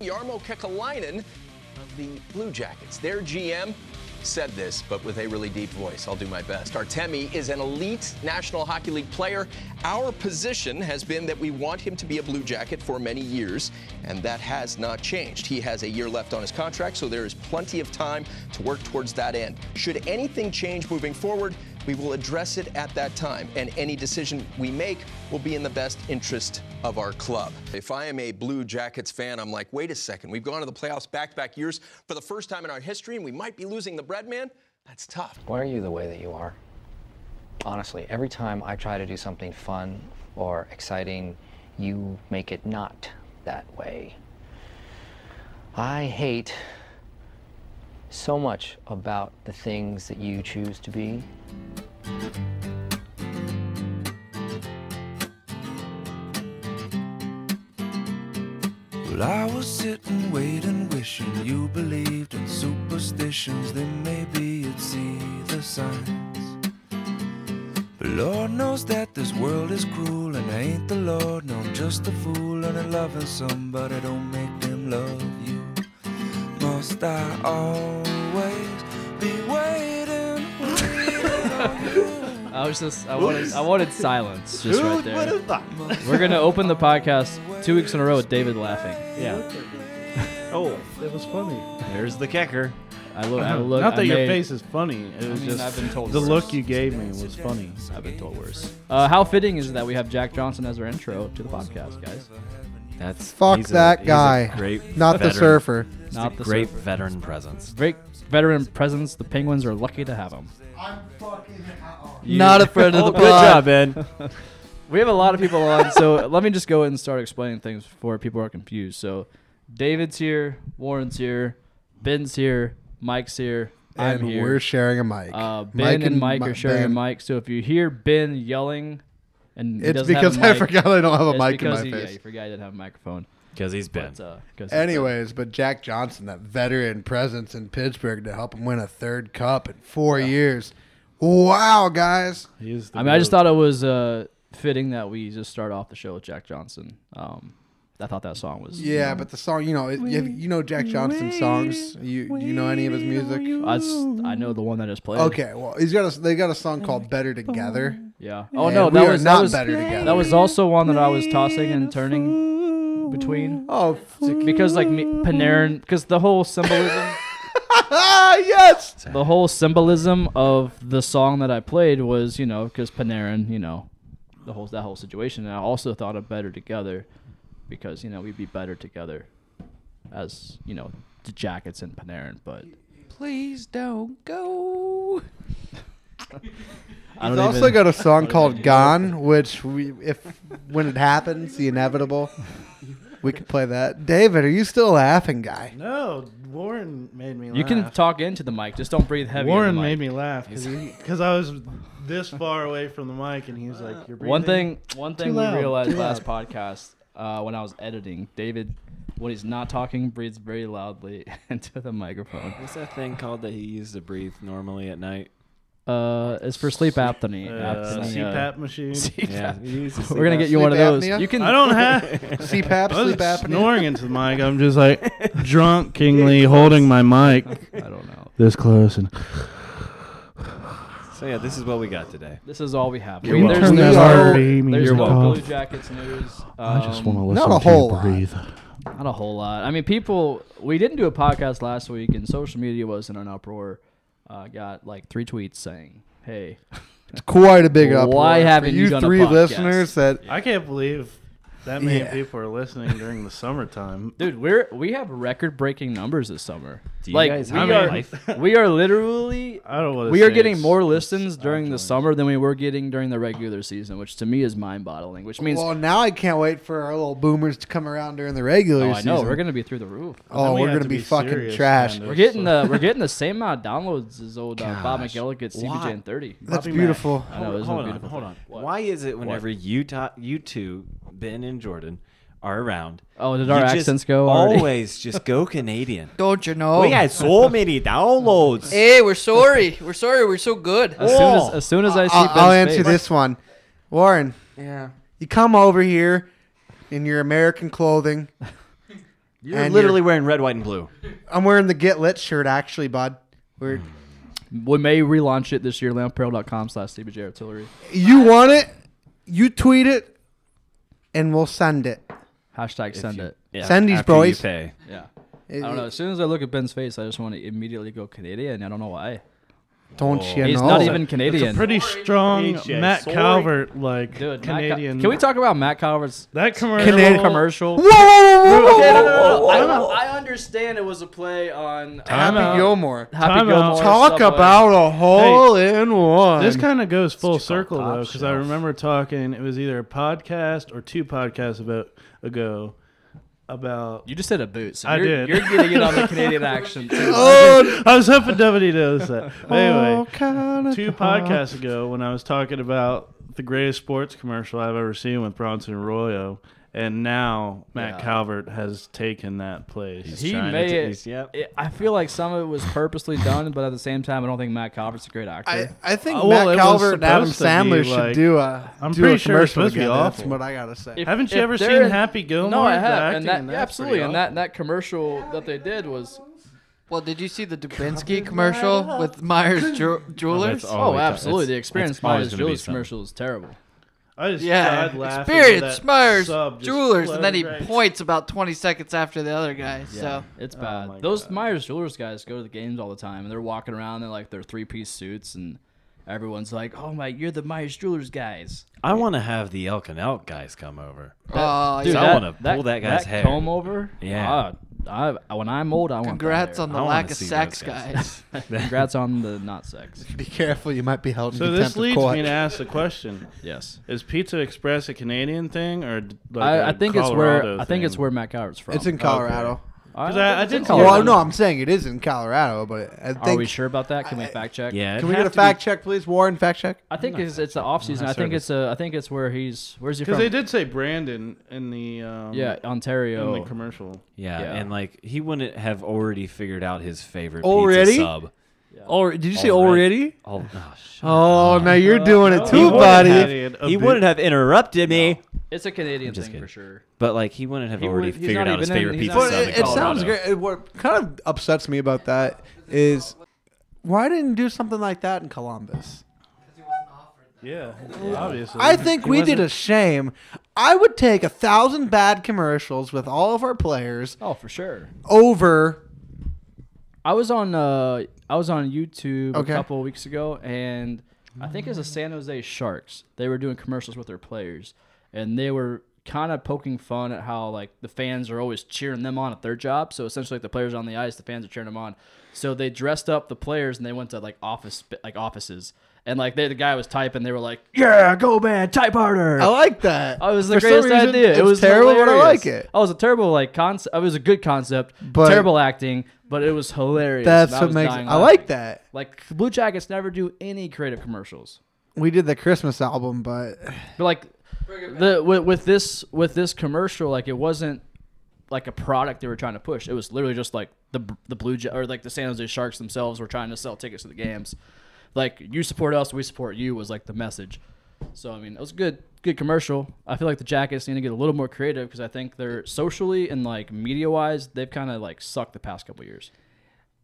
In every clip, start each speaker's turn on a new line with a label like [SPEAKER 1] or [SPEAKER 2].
[SPEAKER 1] Yarmo Kekalainen of the Blue Jackets. Their GM said this, but with a really deep voice. I'll do my best. Artemi is an elite National Hockey League player. Our position has been that we want him to be a Blue Jacket for many years, and that has not changed. He has a year left on his contract, so there is plenty of time to work towards that end. Should anything change moving forward, we will address it at that time, and any decision we make will be in the best interest of our club. If I am a Blue Jackets fan, I'm like, wait a second, we've gone to the playoffs back to back years for the first time in our history, and we might be losing the bread man. That's tough.
[SPEAKER 2] Why are you the way that you are? Honestly, every time I try to do something fun or exciting, you make it not that way. I hate so much about the things that you choose to be.
[SPEAKER 3] Well, I was sitting, waiting, wishing you believed in superstitions. Then maybe you'd see the signs. But Lord knows that this world is cruel, and I ain't the Lord. No, I'm just a fool, and I'm loving somebody don't make them love you. Must I always be waiting, waiting on you?
[SPEAKER 4] I was just I wanted I wanted silence just right
[SPEAKER 5] Who would
[SPEAKER 4] there.
[SPEAKER 5] have thought?
[SPEAKER 4] We're gonna open the podcast two weeks in a row with David laughing.
[SPEAKER 5] Yeah.
[SPEAKER 6] Oh, it was funny.
[SPEAKER 5] There's the kicker.
[SPEAKER 4] I look I look.
[SPEAKER 6] Uh-huh. Not that
[SPEAKER 4] I
[SPEAKER 6] your
[SPEAKER 4] made-
[SPEAKER 6] face is funny. It was
[SPEAKER 5] mean,
[SPEAKER 6] just
[SPEAKER 5] I've been told
[SPEAKER 6] the
[SPEAKER 5] worse.
[SPEAKER 6] look you gave me was funny.
[SPEAKER 4] I've been told worse. Uh, how fitting is it that we have Jack Johnson as our intro to the podcast, guys?
[SPEAKER 5] That's
[SPEAKER 7] Fuck
[SPEAKER 5] he's a-
[SPEAKER 7] that
[SPEAKER 5] he's a
[SPEAKER 7] guy.
[SPEAKER 5] great,
[SPEAKER 7] Not
[SPEAKER 5] veteran,
[SPEAKER 7] the surfer.
[SPEAKER 4] Not the
[SPEAKER 5] Great
[SPEAKER 4] surfer.
[SPEAKER 5] veteran presence.
[SPEAKER 4] great veteran presence. The Penguins are lucky to have him.
[SPEAKER 7] I'm fucking out.
[SPEAKER 4] Not a friend
[SPEAKER 5] Oh, good job, Ben.
[SPEAKER 4] We have a lot of people on, so let me just go ahead and start explaining things before people are confused. So, David's here, Warren's here, Ben's here, Mike's here, I'm
[SPEAKER 7] And
[SPEAKER 4] here.
[SPEAKER 7] we're sharing a mic.
[SPEAKER 4] Uh, ben
[SPEAKER 7] Mike
[SPEAKER 4] and, Mike
[SPEAKER 7] Mi-
[SPEAKER 4] are sharing
[SPEAKER 7] Ben.
[SPEAKER 4] a mic, so if you hear Ben yelling, and he
[SPEAKER 7] It's
[SPEAKER 4] doesn't
[SPEAKER 7] because
[SPEAKER 4] have a
[SPEAKER 7] I
[SPEAKER 4] mic,
[SPEAKER 7] forgot I don't have a
[SPEAKER 4] it's
[SPEAKER 7] mic in
[SPEAKER 4] because
[SPEAKER 7] my
[SPEAKER 4] he, Yeah,
[SPEAKER 7] face.
[SPEAKER 4] you forgot I didn't have a microphone.
[SPEAKER 5] Because he's Ben.
[SPEAKER 4] But, uh, 'cause-
[SPEAKER 7] Anyways, but Jack Johnson, that veteran presence in Pittsburgh to help him win a third cup in four years. Wow, guys.
[SPEAKER 6] He is the
[SPEAKER 4] I mean, I just
[SPEAKER 6] goat.
[SPEAKER 4] thought it was uh, fitting that we just start off the show with Jack Johnson. Um, I thought that song was.
[SPEAKER 7] Yeah, but the song, you know, it, you- you know Jack Johnson's songs. You you know any of his music?
[SPEAKER 4] I, s- I know the one that is played.
[SPEAKER 7] Okay, well, he's got a, they got a song called "Better Together."
[SPEAKER 4] Yeah. Oh
[SPEAKER 7] And
[SPEAKER 4] no,
[SPEAKER 7] we
[SPEAKER 4] that
[SPEAKER 7] are
[SPEAKER 4] was
[SPEAKER 7] not
[SPEAKER 4] that was
[SPEAKER 7] better together.
[SPEAKER 4] that was also one that I was tossing and turning between
[SPEAKER 7] Oh,
[SPEAKER 4] because like me, Panarin because the whole symbolism
[SPEAKER 7] ah, yes.
[SPEAKER 4] the whole symbolism of the song that I played was you know because Panarin you know the whole that whole situation and I also thought of better together because you know we'd be better together as you know the Jackets and Panarin but
[SPEAKER 5] Please don't go.
[SPEAKER 4] I
[SPEAKER 7] He's
[SPEAKER 4] don't
[SPEAKER 7] also
[SPEAKER 4] even,
[SPEAKER 7] got a song called "Gone," which we, if when it happens, the inevitable, we could play that. David, are you still laughing, guy?
[SPEAKER 6] No, Warren made me. laugh.
[SPEAKER 4] you can talk into the mic just don't breathe heavy
[SPEAKER 6] Warren
[SPEAKER 4] on the mic.
[SPEAKER 6] made me laugh because I was this far away from the mic, and he was like, "You're breathing."
[SPEAKER 4] One thing, one thing we
[SPEAKER 6] loud,
[SPEAKER 4] realized
[SPEAKER 6] too
[SPEAKER 4] last podcast uh, when I was editing, David, when he's not talking, breathes very loudly into the microphone.
[SPEAKER 5] What's that thing called that he used to breathe normally at night?
[SPEAKER 4] Uh, it's for sleep apnea.
[SPEAKER 6] Uh,
[SPEAKER 4] apnea.
[SPEAKER 6] CPAP machine.
[SPEAKER 5] Yeah. he used to
[SPEAKER 4] We're gonna get you
[SPEAKER 7] Sleep
[SPEAKER 4] one of those.
[SPEAKER 7] apnea?
[SPEAKER 4] You can.
[SPEAKER 6] I don't have.
[SPEAKER 7] CPAP,
[SPEAKER 6] I was
[SPEAKER 7] sleep apnea.
[SPEAKER 6] snoring into the mic. I'm just like drunkenly holding my mic
[SPEAKER 4] I don't know.
[SPEAKER 6] this close, and
[SPEAKER 5] sleep- So yeah, this is what we got today.
[SPEAKER 4] This is all we have.
[SPEAKER 7] You're welcome.
[SPEAKER 4] there's
[SPEAKER 7] Turn
[SPEAKER 4] no,
[SPEAKER 7] that
[SPEAKER 4] there's
[SPEAKER 7] RV
[SPEAKER 4] no
[SPEAKER 6] music
[SPEAKER 4] Blue
[SPEAKER 6] off.
[SPEAKER 4] Jackets news.
[SPEAKER 6] I just
[SPEAKER 4] um,
[SPEAKER 6] want to listen
[SPEAKER 7] a
[SPEAKER 6] to you
[SPEAKER 7] whole lot.
[SPEAKER 6] breathe.
[SPEAKER 4] Not a whole lot. I mean, people. We didn't do a podcast last week, and social media was in an uproar. Uh, got like three tweets saying, "Hey,
[SPEAKER 7] It's quite a big uproar.
[SPEAKER 4] Why haven't
[SPEAKER 7] For
[SPEAKER 4] you
[SPEAKER 7] you
[SPEAKER 4] done a
[SPEAKER 7] three
[SPEAKER 4] podcast?
[SPEAKER 7] listeners that
[SPEAKER 6] I can't believe that many
[SPEAKER 7] Yeah.
[SPEAKER 6] people are listening during the summertime.
[SPEAKER 4] Dude, we're we have record breaking numbers this summer.
[SPEAKER 5] Do you
[SPEAKER 4] like
[SPEAKER 5] guys
[SPEAKER 4] we
[SPEAKER 5] have a
[SPEAKER 4] are
[SPEAKER 5] life?
[SPEAKER 4] we are literally
[SPEAKER 6] I don't want
[SPEAKER 4] we are getting more listens during the summer than we were getting during the regular season, which to me is mind boggling. Which means
[SPEAKER 7] Well, now I can't wait for our little boomers to come around during the regular
[SPEAKER 4] oh, I
[SPEAKER 7] season.
[SPEAKER 4] know we're gonna be through the roof.
[SPEAKER 7] oh,
[SPEAKER 6] we
[SPEAKER 7] we're
[SPEAKER 6] have
[SPEAKER 7] gonna
[SPEAKER 6] to
[SPEAKER 7] be,
[SPEAKER 6] be
[SPEAKER 7] fucking
[SPEAKER 6] serious,
[SPEAKER 7] trash.
[SPEAKER 6] kind of.
[SPEAKER 4] We're getting the we're getting the same amount of downloads as old uh, Bob McGill gets
[SPEAKER 5] Why?
[SPEAKER 4] CBJ in thirty.
[SPEAKER 7] That's
[SPEAKER 6] Bobby Mack.
[SPEAKER 7] beautiful.
[SPEAKER 4] I know,
[SPEAKER 5] hold,
[SPEAKER 4] isn't it
[SPEAKER 5] hold on,
[SPEAKER 4] beautiful?
[SPEAKER 5] hold on.
[SPEAKER 4] What?
[SPEAKER 5] Why is it whenever you ta- you two, Ben and Jordan, are around?
[SPEAKER 4] Oh, did our
[SPEAKER 5] you just
[SPEAKER 4] accents go already?
[SPEAKER 5] Always just go Canadian.
[SPEAKER 8] Don't you know?
[SPEAKER 5] We had so many downloads.
[SPEAKER 8] Hey, we're sorry. We're sorry. We're so good.
[SPEAKER 4] As soon as
[SPEAKER 5] Oh.
[SPEAKER 4] as soon as I see
[SPEAKER 7] I'll, I'll
[SPEAKER 4] Ben's
[SPEAKER 7] answer
[SPEAKER 4] face-
[SPEAKER 7] this one, Warren.
[SPEAKER 8] Yeah.
[SPEAKER 7] You come over here in your American clothing.
[SPEAKER 5] You're
[SPEAKER 7] And
[SPEAKER 5] literally wearing red, white, and blue.
[SPEAKER 7] I'm wearing the Get Lit shirt, actually, bud. We're,
[SPEAKER 4] We may relaunch it this year. Lamperl.com slash CBJ Artillery.
[SPEAKER 7] you want it? You tweet it, and we'll send it.
[SPEAKER 4] Hashtag send
[SPEAKER 5] you-
[SPEAKER 4] it.
[SPEAKER 5] Yeah,
[SPEAKER 7] Send these
[SPEAKER 5] after you
[SPEAKER 7] boys.
[SPEAKER 5] pay.
[SPEAKER 4] Yeah. I don't know. As soon as I look at Ben's face, I just want to immediately go Canadian. I don't know why.
[SPEAKER 7] Don't you
[SPEAKER 4] He's
[SPEAKER 7] know?
[SPEAKER 4] not even
[SPEAKER 6] It's
[SPEAKER 4] Canadian.
[SPEAKER 6] a pretty strong
[SPEAKER 5] AJ,
[SPEAKER 6] Matt
[SPEAKER 5] sorry.
[SPEAKER 6] Calvert like
[SPEAKER 4] Dude, Matt Cal-
[SPEAKER 6] Canadian.
[SPEAKER 4] Can we talk about Matt Calvert's
[SPEAKER 6] that commercial?
[SPEAKER 7] Canadian
[SPEAKER 4] commercial?
[SPEAKER 7] Whoa, whoa, whoa, whoa, whoa,
[SPEAKER 4] Yeah, no,
[SPEAKER 7] whoa.
[SPEAKER 4] no, no, no. I, I understand it was a play on
[SPEAKER 6] Time
[SPEAKER 4] Happy
[SPEAKER 6] out.
[SPEAKER 7] Gilmore.
[SPEAKER 4] Happy
[SPEAKER 6] Time
[SPEAKER 4] Gilmore.
[SPEAKER 6] out.
[SPEAKER 7] Talk
[SPEAKER 4] Subway.
[SPEAKER 7] about a hole in one.
[SPEAKER 6] This kind of goes full
[SPEAKER 5] It's called
[SPEAKER 6] circle
[SPEAKER 5] Top
[SPEAKER 6] though, because I
[SPEAKER 5] Shelf.
[SPEAKER 6] remember talking. It was either a podcast or two podcasts about ago about.
[SPEAKER 4] You just said a boot. So
[SPEAKER 6] I
[SPEAKER 4] you're,
[SPEAKER 6] did.
[SPEAKER 4] You're getting it on the Canadian action. Too.
[SPEAKER 7] oh,
[SPEAKER 6] I was hoping nobody knows that.
[SPEAKER 4] Oh,
[SPEAKER 6] But anyway,
[SPEAKER 7] kind of
[SPEAKER 6] two podcasts ago when I was talking about the greatest sports commercial I've ever seen with Bronson Arroyo, and now Matt
[SPEAKER 4] Yeah.
[SPEAKER 6] Calvert has taken that place.
[SPEAKER 4] He
[SPEAKER 5] Trying to
[SPEAKER 4] may.
[SPEAKER 5] t- he's- yep.
[SPEAKER 4] it- I feel like some of it was purposely done, but at the same time, I don't think Matt Calvert's a great actor.
[SPEAKER 7] I, I think
[SPEAKER 6] Uh, well, it
[SPEAKER 7] Matt
[SPEAKER 6] was
[SPEAKER 7] Calvert and Adam
[SPEAKER 6] supposed to be,
[SPEAKER 7] Sandler should
[SPEAKER 6] like-
[SPEAKER 7] do a.
[SPEAKER 6] I'm
[SPEAKER 7] do
[SPEAKER 6] pretty
[SPEAKER 7] a
[SPEAKER 6] sure it's
[SPEAKER 7] commercial
[SPEAKER 6] supposed to be
[SPEAKER 7] together. That's
[SPEAKER 6] awful.
[SPEAKER 7] what I gotta say.
[SPEAKER 4] If-
[SPEAKER 6] Haven't you
[SPEAKER 4] if
[SPEAKER 6] ever
[SPEAKER 4] they're
[SPEAKER 6] seen
[SPEAKER 4] in-
[SPEAKER 6] Happy Gilmore?
[SPEAKER 4] No, I
[SPEAKER 6] The
[SPEAKER 4] have.
[SPEAKER 6] acting
[SPEAKER 4] And that,
[SPEAKER 6] in
[SPEAKER 4] yeah,
[SPEAKER 6] that's
[SPEAKER 4] absolutely.
[SPEAKER 6] pretty
[SPEAKER 4] And that, that commercial that they did was.
[SPEAKER 8] Well, did you see the Dubinsky commercial with Myers Jew- Jewelers?
[SPEAKER 5] all-
[SPEAKER 4] Oh,
[SPEAKER 5] Always-
[SPEAKER 4] absolutely.
[SPEAKER 5] it's-
[SPEAKER 4] The experience
[SPEAKER 5] it's always
[SPEAKER 4] Myers
[SPEAKER 5] gonna be
[SPEAKER 4] Julius
[SPEAKER 5] something.
[SPEAKER 4] commercial is terrible.
[SPEAKER 6] I just
[SPEAKER 8] yeah,
[SPEAKER 6] died laughing with
[SPEAKER 8] experience
[SPEAKER 6] that
[SPEAKER 8] Myers
[SPEAKER 6] sub just
[SPEAKER 8] Jewelers, and then he
[SPEAKER 6] floating right-
[SPEAKER 8] points about 20 seconds after the other guy. So
[SPEAKER 4] It's bad.
[SPEAKER 6] Oh my
[SPEAKER 4] Those
[SPEAKER 6] God.
[SPEAKER 4] Myers Jewelers guys go to the games all the time, and they're walking around in like their three piece suits, and everyone's like, "Oh my, you're the Myers Jewelers guys."
[SPEAKER 5] I want to have the Elk and Elk guys come over.
[SPEAKER 8] uh,
[SPEAKER 5] Dude,
[SPEAKER 8] yeah.
[SPEAKER 5] I wanna pull that guy's hair.
[SPEAKER 4] comb over.
[SPEAKER 5] Yeah.
[SPEAKER 4] Ah, I, when I'm old, I want. that
[SPEAKER 8] Congrats
[SPEAKER 4] hair.
[SPEAKER 8] on the
[SPEAKER 5] I wanna
[SPEAKER 8] lack of
[SPEAKER 5] see those
[SPEAKER 8] sex,
[SPEAKER 5] guys.
[SPEAKER 8] guys.
[SPEAKER 4] Congrats on the not sex.
[SPEAKER 7] Be careful, you might be held in
[SPEAKER 6] So
[SPEAKER 7] contempt
[SPEAKER 6] this leads
[SPEAKER 7] of court.
[SPEAKER 6] me to ask the question:
[SPEAKER 4] Yes.
[SPEAKER 6] Is Pizza Express a Canadian thing, or d- like
[SPEAKER 4] I,
[SPEAKER 6] a
[SPEAKER 4] I think it's where
[SPEAKER 6] Colorado
[SPEAKER 4] I think it's
[SPEAKER 6] thing?
[SPEAKER 4] where Matt Calvert's from. Uh,
[SPEAKER 7] It's in Colorado.
[SPEAKER 4] I,
[SPEAKER 6] 'Cause I, I
[SPEAKER 4] think
[SPEAKER 6] did
[SPEAKER 4] it's in
[SPEAKER 7] Well,
[SPEAKER 4] Colorado.
[SPEAKER 7] no, I'm saying it is in Colorado, but I think.
[SPEAKER 4] Are we sure about that? Can we
[SPEAKER 7] I-
[SPEAKER 4] fact check?
[SPEAKER 5] Yeah, it'd
[SPEAKER 7] Can we
[SPEAKER 5] have
[SPEAKER 7] get a
[SPEAKER 5] to
[SPEAKER 7] fact check, please? Warren, fact check.
[SPEAKER 4] I think it's it's the off season. I think it's a I think it's where he's where's he from?
[SPEAKER 6] because they did say Brandon in the um,
[SPEAKER 4] Yeah,
[SPEAKER 6] in
[SPEAKER 4] Ontario.
[SPEAKER 6] the commercial.
[SPEAKER 5] Be, yeah,
[SPEAKER 4] Yeah.
[SPEAKER 5] and like he wouldn't have already figured out his favorite
[SPEAKER 7] Already?
[SPEAKER 5] pizza sub.
[SPEAKER 7] Or did you say
[SPEAKER 5] Already? Oh, oh, shit.
[SPEAKER 7] Oh, now you're doing it
[SPEAKER 6] He
[SPEAKER 7] too,
[SPEAKER 6] wouldn't have
[SPEAKER 7] buddy.
[SPEAKER 6] it.
[SPEAKER 5] he wouldn't have interrupted me,
[SPEAKER 4] It's a Canadian
[SPEAKER 5] just
[SPEAKER 4] thing
[SPEAKER 5] kidding.
[SPEAKER 4] for sure.
[SPEAKER 5] but like he wouldn't have
[SPEAKER 4] He
[SPEAKER 5] already
[SPEAKER 4] would- he's
[SPEAKER 5] figured
[SPEAKER 4] not
[SPEAKER 5] out his
[SPEAKER 4] even in-
[SPEAKER 5] favorite
[SPEAKER 4] he's
[SPEAKER 5] pizza
[SPEAKER 4] not
[SPEAKER 7] But
[SPEAKER 5] sub.
[SPEAKER 4] even-
[SPEAKER 5] in
[SPEAKER 7] it, it sounds
[SPEAKER 5] Colorado.
[SPEAKER 7] great. It- What kind of upsets me about that is why didn't you do something like that in Columbus?
[SPEAKER 6] Yeah, obviously.
[SPEAKER 7] I think we did a shame. I would take a thousand bad commercials with all of our players
[SPEAKER 4] Oh, for sure.
[SPEAKER 7] over.
[SPEAKER 4] I was on uh I was on YouTube
[SPEAKER 7] Okay.
[SPEAKER 4] a couple of weeks ago and I think it was the San Jose Sharks. They were doing commercials with their players and they were kind of poking fun at how like the fans are always cheering them on at their job. So essentially like the players on the ice, the fans are cheering them on. So they dressed up the players and they went to like office like offices. And like they, the guy was typing, they were like, "Yeah, go man, type harder."
[SPEAKER 7] I like that.
[SPEAKER 4] Oh, it was the
[SPEAKER 7] For some
[SPEAKER 4] greatest
[SPEAKER 7] reason,
[SPEAKER 4] idea.
[SPEAKER 7] it's
[SPEAKER 4] It was
[SPEAKER 7] terrible, but I
[SPEAKER 4] hilarious.
[SPEAKER 7] like it.
[SPEAKER 4] Oh, it was a terrible like concept. It was a good concept.
[SPEAKER 7] But-
[SPEAKER 4] terrible acting, but it was hilarious.
[SPEAKER 7] That's
[SPEAKER 4] and I
[SPEAKER 7] what
[SPEAKER 4] was
[SPEAKER 7] makes.
[SPEAKER 4] dying
[SPEAKER 7] I like
[SPEAKER 4] laughing.
[SPEAKER 7] that.
[SPEAKER 4] Like the Blue Jackets never do any creative commercials.
[SPEAKER 7] We did the Christmas album, but
[SPEAKER 4] But like the with, with this with this commercial, like it wasn't like a product they were trying to push. It was literally just like the the Blue Ja- or like the San Jose Sharks themselves were trying to sell tickets to the games. Like you support us, we support you was like the message. So I mean, it was a good good commercial. I feel like the Jackets need to get a little more creative because I think they're socially and like media wise, they've kind of like sucked the past couple years.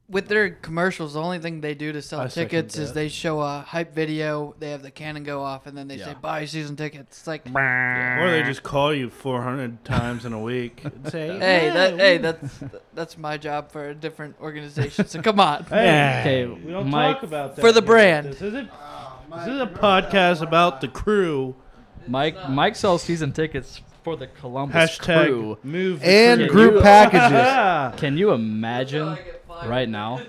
[SPEAKER 8] with their commercials, the only thing they do to sell
[SPEAKER 6] second
[SPEAKER 8] tickets is
[SPEAKER 6] that.
[SPEAKER 8] they show a hype video, they have the cannon go off, and then they
[SPEAKER 4] Yeah.
[SPEAKER 8] say buy season tickets. It's like,
[SPEAKER 6] Or they just call you 400 times in a week and say,
[SPEAKER 8] hey, that, hey, that's that's my job for a different organization. So come on.
[SPEAKER 4] Okay,
[SPEAKER 6] We don't
[SPEAKER 4] Mike,
[SPEAKER 6] talk about that.
[SPEAKER 8] For the
[SPEAKER 6] here.
[SPEAKER 8] brand.
[SPEAKER 6] This isn't. This is a podcast about the crew.
[SPEAKER 4] Mike Mike sells season tickets for the Columbus
[SPEAKER 6] Hashtag
[SPEAKER 4] crew.
[SPEAKER 6] move the
[SPEAKER 7] and
[SPEAKER 6] crew.
[SPEAKER 7] group packages.
[SPEAKER 6] Ah,
[SPEAKER 4] Can you imagine right now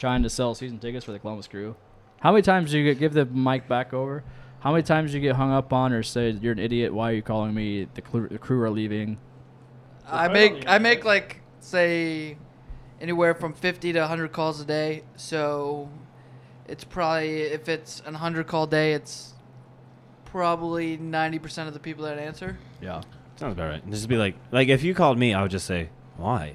[SPEAKER 4] trying to sell season tickets for the Columbus Crew? How many times do you get, give the mic back over? How many times do you get hung up on or say you're an idiot? Why are you calling me? The, cl- the crew are leaving.
[SPEAKER 8] I make I make like say anywhere from 50 to 100 calls a day. So it's probably if it's an 100 call day, it's probably 90% of the people that answer.
[SPEAKER 4] Yeah.
[SPEAKER 5] Sounds about right. Just be like, like if you called me, I would just say, Why?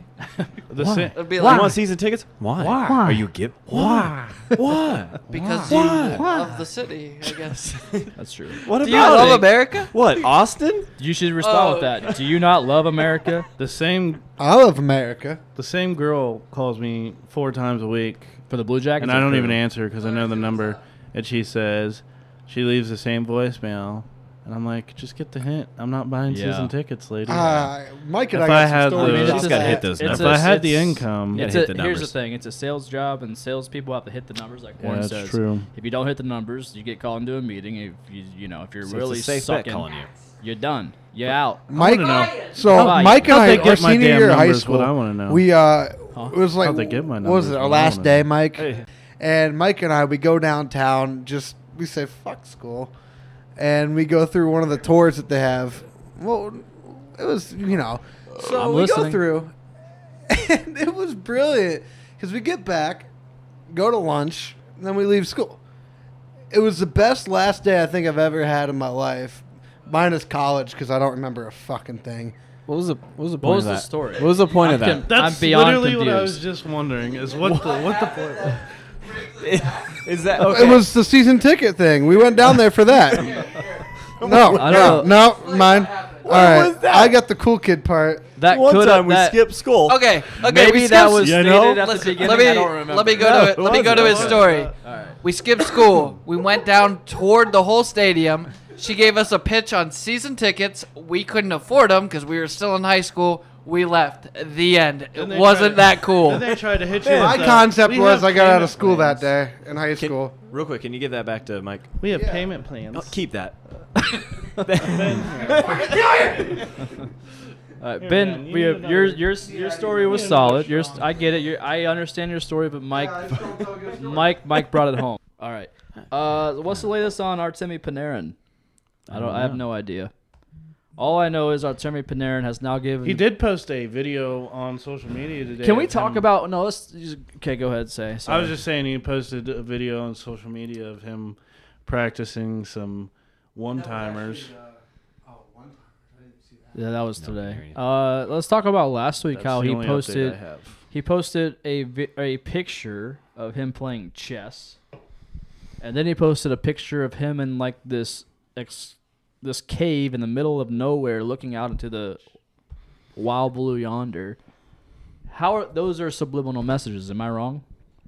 [SPEAKER 6] The sa-
[SPEAKER 8] It'd be
[SPEAKER 5] You
[SPEAKER 8] like
[SPEAKER 5] want season tickets? Why?
[SPEAKER 6] Why?
[SPEAKER 5] Are you give? Why? Why?
[SPEAKER 8] because you
[SPEAKER 5] Why?
[SPEAKER 8] love the city, I guess.
[SPEAKER 4] That's true.
[SPEAKER 5] What
[SPEAKER 8] Do you
[SPEAKER 5] about
[SPEAKER 8] love
[SPEAKER 5] it?
[SPEAKER 8] America?
[SPEAKER 5] What Austin?
[SPEAKER 4] You should respond with
[SPEAKER 8] Oh.
[SPEAKER 4] that. Do you not love America?
[SPEAKER 6] the same
[SPEAKER 7] I love America.
[SPEAKER 6] the same girl calls me four times a week,
[SPEAKER 4] For the Blue Jackets?
[SPEAKER 6] and I don't
[SPEAKER 4] or-
[SPEAKER 6] even answer because I know the number. And she says she leaves the same voicemail, and I'm like, just get the hint. I'm not buying
[SPEAKER 4] Yeah.
[SPEAKER 6] season tickets, lady.
[SPEAKER 7] Uh, Mike and
[SPEAKER 6] If
[SPEAKER 7] I
[SPEAKER 6] I had
[SPEAKER 7] got some stories.
[SPEAKER 6] those-
[SPEAKER 7] about
[SPEAKER 6] Just
[SPEAKER 5] gotta hit
[SPEAKER 7] that.
[SPEAKER 5] those
[SPEAKER 6] if
[SPEAKER 5] numbers.
[SPEAKER 6] I had the
[SPEAKER 4] it's-
[SPEAKER 6] income,
[SPEAKER 4] It's
[SPEAKER 5] gotta
[SPEAKER 4] a,
[SPEAKER 5] hit the
[SPEAKER 4] here's the
[SPEAKER 5] numbers.
[SPEAKER 4] thing. It's a sales job, and salespeople have to hit the numbers, like
[SPEAKER 6] Yeah,
[SPEAKER 4] Warren
[SPEAKER 6] that's
[SPEAKER 4] says.
[SPEAKER 6] true.
[SPEAKER 4] If you don't hit the numbers, you get called into a meeting. If you, you know, if you're
[SPEAKER 5] So it's a
[SPEAKER 4] really
[SPEAKER 5] safe bet
[SPEAKER 4] sucking,
[SPEAKER 5] calling you.
[SPEAKER 4] you're done. You're out.
[SPEAKER 7] Mike, so
[SPEAKER 4] How about
[SPEAKER 7] Mike
[SPEAKER 4] you?
[SPEAKER 6] How'd
[SPEAKER 7] and I,
[SPEAKER 6] they
[SPEAKER 7] our
[SPEAKER 6] get my
[SPEAKER 7] senior
[SPEAKER 6] damn
[SPEAKER 7] year of high
[SPEAKER 6] numbers?
[SPEAKER 7] school,
[SPEAKER 6] What I wanna know.
[SPEAKER 7] we uh, it was like
[SPEAKER 6] How'd they get my
[SPEAKER 7] what
[SPEAKER 6] numbers?
[SPEAKER 7] was it
[SPEAKER 6] What
[SPEAKER 7] our
[SPEAKER 6] I
[SPEAKER 7] last
[SPEAKER 6] wanna
[SPEAKER 7] day,
[SPEAKER 6] know.
[SPEAKER 7] Mike? And Mike and I, we go downtown. Just we say fuck school, and we go through one of the tours that they have. Well, it was you know, so
[SPEAKER 4] I'm
[SPEAKER 7] we go
[SPEAKER 4] listening.
[SPEAKER 7] through, and it was brilliant because we get back, go to lunch, and then we leave school. It was the best last day I think I've ever had in my life, minus college because I don't remember a fucking thing.
[SPEAKER 5] What was the What was the point
[SPEAKER 4] What was
[SPEAKER 5] of
[SPEAKER 4] the
[SPEAKER 5] that?
[SPEAKER 4] story?
[SPEAKER 5] What was the point of that?
[SPEAKER 4] I'm
[SPEAKER 6] That's
[SPEAKER 4] beyond
[SPEAKER 6] literally what I was
[SPEAKER 4] confused.
[SPEAKER 6] just wondering. Is what the what the
[SPEAKER 5] Is that okay?
[SPEAKER 7] It was the season ticket thing. We went down there for that. no,
[SPEAKER 4] I
[SPEAKER 7] no,
[SPEAKER 4] don't
[SPEAKER 7] no, mine. All right,
[SPEAKER 5] was that?
[SPEAKER 7] I got the cool kid part.
[SPEAKER 4] That
[SPEAKER 5] One
[SPEAKER 4] could
[SPEAKER 5] time we
[SPEAKER 4] that,
[SPEAKER 5] skipped school.
[SPEAKER 8] Okay, okay.
[SPEAKER 4] Maybe
[SPEAKER 8] we
[SPEAKER 4] that
[SPEAKER 8] skipped-
[SPEAKER 4] was
[SPEAKER 6] you
[SPEAKER 4] stated
[SPEAKER 6] know?
[SPEAKER 4] at the
[SPEAKER 8] Listen,
[SPEAKER 4] beginning.
[SPEAKER 8] let me
[SPEAKER 4] I don't remember.
[SPEAKER 8] let me go
[SPEAKER 5] No,
[SPEAKER 8] to it.
[SPEAKER 5] it
[SPEAKER 8] Let me go
[SPEAKER 5] wasn't.
[SPEAKER 8] to
[SPEAKER 5] It
[SPEAKER 8] his
[SPEAKER 5] wasn't.
[SPEAKER 8] story. We skipped school. we went down toward the whole stadium. She gave us a pitch on season tickets. We couldn't afford them because we were still in high school. We left. The end. It
[SPEAKER 6] they
[SPEAKER 8] wasn't
[SPEAKER 6] try-
[SPEAKER 8] that cool.
[SPEAKER 6] Then they tried to hit you.
[SPEAKER 7] My
[SPEAKER 6] with the-
[SPEAKER 7] concept
[SPEAKER 6] "We
[SPEAKER 7] was
[SPEAKER 6] have
[SPEAKER 7] I got out
[SPEAKER 6] payment
[SPEAKER 7] of school
[SPEAKER 6] plans.
[SPEAKER 7] that day in high
[SPEAKER 5] Can-
[SPEAKER 7] school.
[SPEAKER 5] Real quick, can you give that back to Mike?
[SPEAKER 6] We have payment plans.
[SPEAKER 5] Oh, keep that.
[SPEAKER 4] Uh, ben,
[SPEAKER 6] man, you
[SPEAKER 4] we
[SPEAKER 6] need
[SPEAKER 4] have, your
[SPEAKER 6] another-
[SPEAKER 4] your your story was solid. Your st- I get it. Your, I understand your story, but Mike, Mike, Mike brought it home. All right. Uh, what's the latest on Artemi Panarin? I don't. I have no idea. All I know is Artemi Panarin has now given.
[SPEAKER 6] He did post a video on social media today.
[SPEAKER 4] Can we
[SPEAKER 6] of
[SPEAKER 4] talk
[SPEAKER 6] him-
[SPEAKER 4] about? No. Let's. Just, okay. Go ahead. Say.
[SPEAKER 6] I
[SPEAKER 4] sorry.
[SPEAKER 6] was just saying he posted a video on social media of him practicing some one timers.
[SPEAKER 4] uh, Yeah, that was today.
[SPEAKER 5] hear you.
[SPEAKER 4] Uh, let's talk about last week. how he posted. He posted a vi- a picture of him playing chess, and then he posted a picture of him in like this ex- this cave in the middle of nowhere, looking out into the wild blue yonder. How are those are subliminal messages? Am I wrong,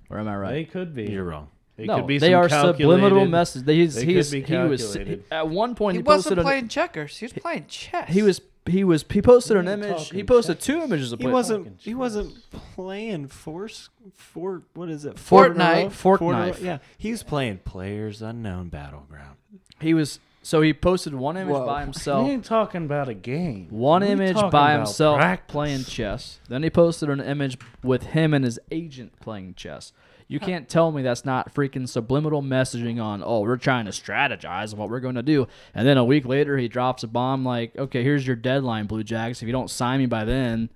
[SPEAKER 4] or am I
[SPEAKER 6] They
[SPEAKER 4] right?
[SPEAKER 6] could be.
[SPEAKER 5] You're wrong.
[SPEAKER 6] It
[SPEAKER 4] no,
[SPEAKER 6] could be
[SPEAKER 4] they
[SPEAKER 6] some
[SPEAKER 4] are subliminal
[SPEAKER 6] calculated-
[SPEAKER 4] messages. They, he's,
[SPEAKER 6] they could
[SPEAKER 4] he's,
[SPEAKER 6] be
[SPEAKER 4] he was he,
[SPEAKER 6] calculated.
[SPEAKER 4] at one point
[SPEAKER 8] he,
[SPEAKER 4] he, posted
[SPEAKER 8] wasn't
[SPEAKER 4] an-
[SPEAKER 8] playing checkers. He was playing chess.
[SPEAKER 4] he was he was he posted an
[SPEAKER 6] ain't
[SPEAKER 4] image.
[SPEAKER 6] talking
[SPEAKER 4] He posted two images of
[SPEAKER 5] He
[SPEAKER 4] play-
[SPEAKER 5] wasn't. He wasn't playing Force. For what is it?
[SPEAKER 8] Fortnite.
[SPEAKER 4] Fortnite.
[SPEAKER 5] Fortnite. Yeah, he was playing Players Unknown Battleground.
[SPEAKER 4] He was so he posted one image
[SPEAKER 8] Whoa.
[SPEAKER 4] by
[SPEAKER 6] We
[SPEAKER 4] himself,
[SPEAKER 6] ain't talking about a game.
[SPEAKER 4] one
[SPEAKER 6] We
[SPEAKER 4] image
[SPEAKER 6] talking
[SPEAKER 4] by
[SPEAKER 6] about
[SPEAKER 4] himself
[SPEAKER 6] practice.
[SPEAKER 4] playing chess. Then he posted an image with him and his agent playing chess. You can't tell me that's not freaking subliminal messaging on, oh, we're trying to strategize on what we're going to do. And then a week later, he drops a bomb like, okay, here's your deadline, Blue Jackets. If you don't sign me by then,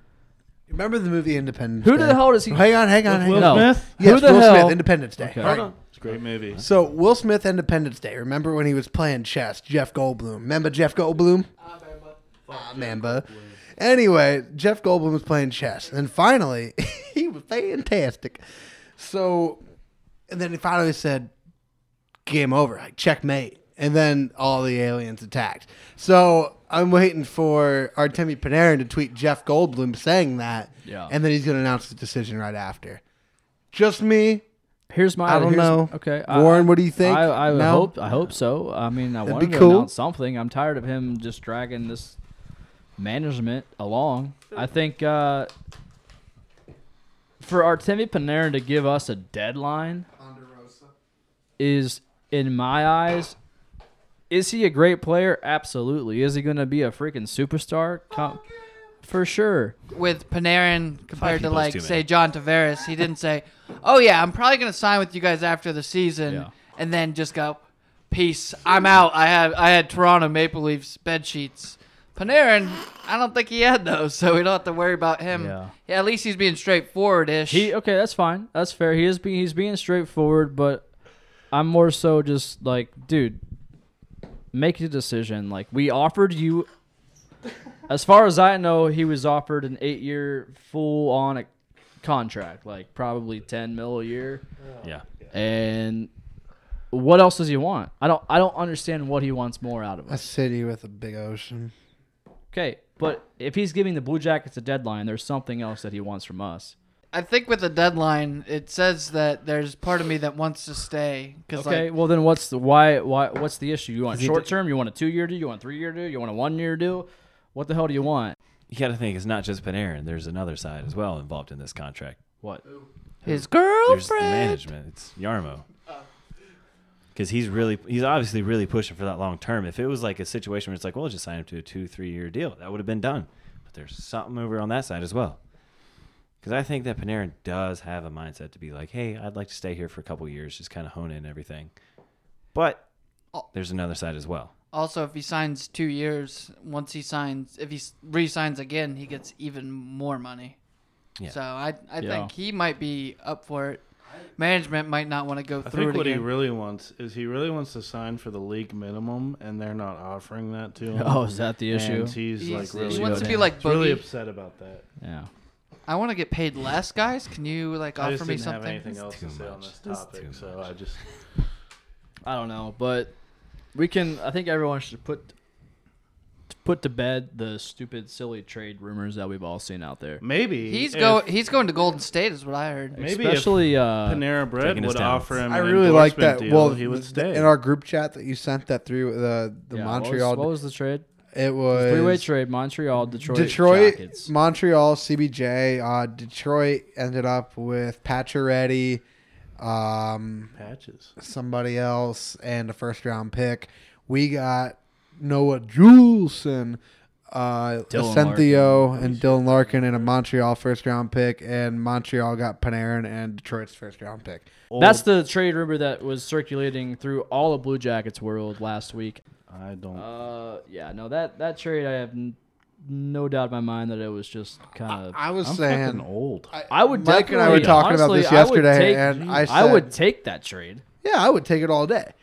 [SPEAKER 7] Remember the movie Independence
[SPEAKER 4] Who
[SPEAKER 7] Day?
[SPEAKER 4] the hell does he-
[SPEAKER 7] Hang on, hang on, hang
[SPEAKER 6] Will
[SPEAKER 7] on.
[SPEAKER 4] no.
[SPEAKER 6] Smith?
[SPEAKER 7] Yes,
[SPEAKER 4] Who the
[SPEAKER 7] Will
[SPEAKER 4] hell?
[SPEAKER 7] Smith, Independence Day. All right.
[SPEAKER 6] It's a great movie.
[SPEAKER 7] So Will Smith, Independence Day. Remember when he was playing chess? Jeff Goldblum. Remember Jeff Goldblum? Ah, Mamba. Anyway, Jeff Goldblum was playing chess, and finally, he was fantastic. So, and then he finally said, "Game over, like checkmate." And then all the aliens attacked. So I'm waiting for Artemi Panarin to tweet Jeff Goldblum saying that,
[SPEAKER 4] Yeah.
[SPEAKER 7] and then he's going to announce the decision right after. Just me.
[SPEAKER 4] here's my.
[SPEAKER 7] I don't
[SPEAKER 4] here's-
[SPEAKER 7] know.
[SPEAKER 4] Okay,
[SPEAKER 7] Warren, what do you think?
[SPEAKER 4] I, I
[SPEAKER 7] No?
[SPEAKER 4] hope I hope so. I mean, I
[SPEAKER 7] That'd
[SPEAKER 4] want
[SPEAKER 7] be
[SPEAKER 4] him to
[SPEAKER 7] cool.
[SPEAKER 4] announce something. I'm tired of him just dragging this management along. I think uh, for Artemi Panarin to give us a deadline is, in my eyes, is he a great player? Absolutely. Is he going to be a freaking superstar? Com- for sure.
[SPEAKER 8] with Panarin compared to
[SPEAKER 5] people's
[SPEAKER 8] like
[SPEAKER 5] too many.
[SPEAKER 8] say John Tavares, he didn't say, "Oh yeah, I'm probably gonna sign with you guys after the season,"
[SPEAKER 4] Yeah.
[SPEAKER 8] and then just go, "Peace, I'm out." I had I had Toronto Maple Leafs bed sheets. Panarin, I don't think he had those, so we don't have to worry about him.
[SPEAKER 4] Yeah.
[SPEAKER 8] at least he's being straightforward-ish.
[SPEAKER 4] He okay, that's fine. That's fair. He is being he's being straightforward, but I'm more so just like, dude, make a decision. Like we offered you as far as I know, he was offered an eight-year full-on contract, like probably ten mil a year.
[SPEAKER 5] Yeah.
[SPEAKER 4] And what else does he want? I don't. I don't understand what he wants more out of
[SPEAKER 7] A
[SPEAKER 4] us.
[SPEAKER 7] city with a big ocean.
[SPEAKER 4] Okay, but if he's giving the Blue Jackets a deadline, there's something else that he wants from us.
[SPEAKER 8] I think with the deadline, it says that there's part of me that wants to stay because
[SPEAKER 4] Okay,
[SPEAKER 8] like
[SPEAKER 4] well then what's the why? Why? What's the issue? You want
[SPEAKER 5] he
[SPEAKER 4] short
[SPEAKER 5] did-
[SPEAKER 4] term? You want a two year deal? You want three year deal? You want a one year deal? What the hell do you want?
[SPEAKER 5] You got to think it's not just Panarin. There's another side as well involved in this contract.
[SPEAKER 4] What?
[SPEAKER 8] his
[SPEAKER 5] There's the
[SPEAKER 8] girlfriend.
[SPEAKER 5] management. It's Yarmo. Because he's really, he's obviously really pushing for that long term. If it was like a situation where it's like, well, just sign him to a two, three year deal, that would have been done. But there's something over on that side as well. Because I think that Panarin does have a mindset to be like, hey, I'd like to stay here for a couple years, just kind of hone in everything. But there's another side as well.
[SPEAKER 8] Also, if he signs two years, once he signs, if he s- re-signs again, he gets even more money.
[SPEAKER 5] Yeah.
[SPEAKER 8] So I, I
[SPEAKER 4] Yeah.
[SPEAKER 8] think he might be up for it. Management might not want to go
[SPEAKER 6] I
[SPEAKER 8] through
[SPEAKER 6] think
[SPEAKER 8] it
[SPEAKER 6] what he
[SPEAKER 8] again.
[SPEAKER 6] really wants is he really wants to sign for the league minimum, and they're not offering that to him.
[SPEAKER 4] Oh, is that the issue?
[SPEAKER 6] And he's,
[SPEAKER 8] He's-
[SPEAKER 6] like really
[SPEAKER 8] he wants to
[SPEAKER 4] upset.
[SPEAKER 8] be like
[SPEAKER 6] he's really
[SPEAKER 8] Boogie.
[SPEAKER 6] upset about that.
[SPEAKER 4] Yeah.
[SPEAKER 8] I want to get paid less, guys. Can you like
[SPEAKER 6] I
[SPEAKER 8] offer
[SPEAKER 6] just
[SPEAKER 8] me
[SPEAKER 6] didn't have
[SPEAKER 8] something?
[SPEAKER 6] anything else
[SPEAKER 5] too
[SPEAKER 6] to say on
[SPEAKER 5] much.
[SPEAKER 6] this
[SPEAKER 5] That's
[SPEAKER 6] topic,
[SPEAKER 5] too
[SPEAKER 6] so
[SPEAKER 5] much.
[SPEAKER 6] I just
[SPEAKER 4] I don't know, but we can. I think everyone should put to put to bed the stupid, silly trade rumors that we've all seen out there.
[SPEAKER 6] maybe
[SPEAKER 8] He's
[SPEAKER 6] if
[SPEAKER 8] go he's going to Golden State is what I heard.
[SPEAKER 6] Maybe if
[SPEAKER 4] Especially uh,
[SPEAKER 6] Panera Bread
[SPEAKER 5] Taking us
[SPEAKER 6] would
[SPEAKER 5] down.
[SPEAKER 6] offer him.
[SPEAKER 7] I
[SPEAKER 6] an
[SPEAKER 7] really like that.
[SPEAKER 6] endorsement Deal,
[SPEAKER 7] well,
[SPEAKER 6] he would
[SPEAKER 7] th-
[SPEAKER 6] stay.
[SPEAKER 7] in our group chat that you sent that through the the
[SPEAKER 4] yeah, what was-
[SPEAKER 7] Montreal.
[SPEAKER 4] What was, the trade?
[SPEAKER 7] it was
[SPEAKER 4] Three way trade. Montreal, Detroit,
[SPEAKER 7] Detroit,
[SPEAKER 4] Jackets.
[SPEAKER 7] Montreal, CBJ. Uh, Detroit ended up with Pacioretty, um,
[SPEAKER 6] patches.
[SPEAKER 7] somebody else, and a first round pick. We got Noah Juleson, uh,
[SPEAKER 4] Dylan
[SPEAKER 7] Ascenthio, and Dylan Larkin, and a Montreal first round pick. And Montreal got Panarin and Detroit's first round pick.
[SPEAKER 4] That's the trade rumor that was circulating through all of Blue Jackets world last week.
[SPEAKER 6] I don't.
[SPEAKER 4] Uh, yeah, no that that trade I have n- no doubt in my mind that it was just kind of.
[SPEAKER 7] I was
[SPEAKER 6] I'm
[SPEAKER 7] saying
[SPEAKER 6] fucking old.
[SPEAKER 4] I would.
[SPEAKER 7] Mike and I were
[SPEAKER 4] definitely-
[SPEAKER 7] talking about
[SPEAKER 4] honestly,
[SPEAKER 7] this
[SPEAKER 4] I would
[SPEAKER 7] yesterday,
[SPEAKER 4] take-
[SPEAKER 7] and I
[SPEAKER 4] I would
[SPEAKER 7] said-
[SPEAKER 4] take that trade.
[SPEAKER 7] Yeah, I would take it all day.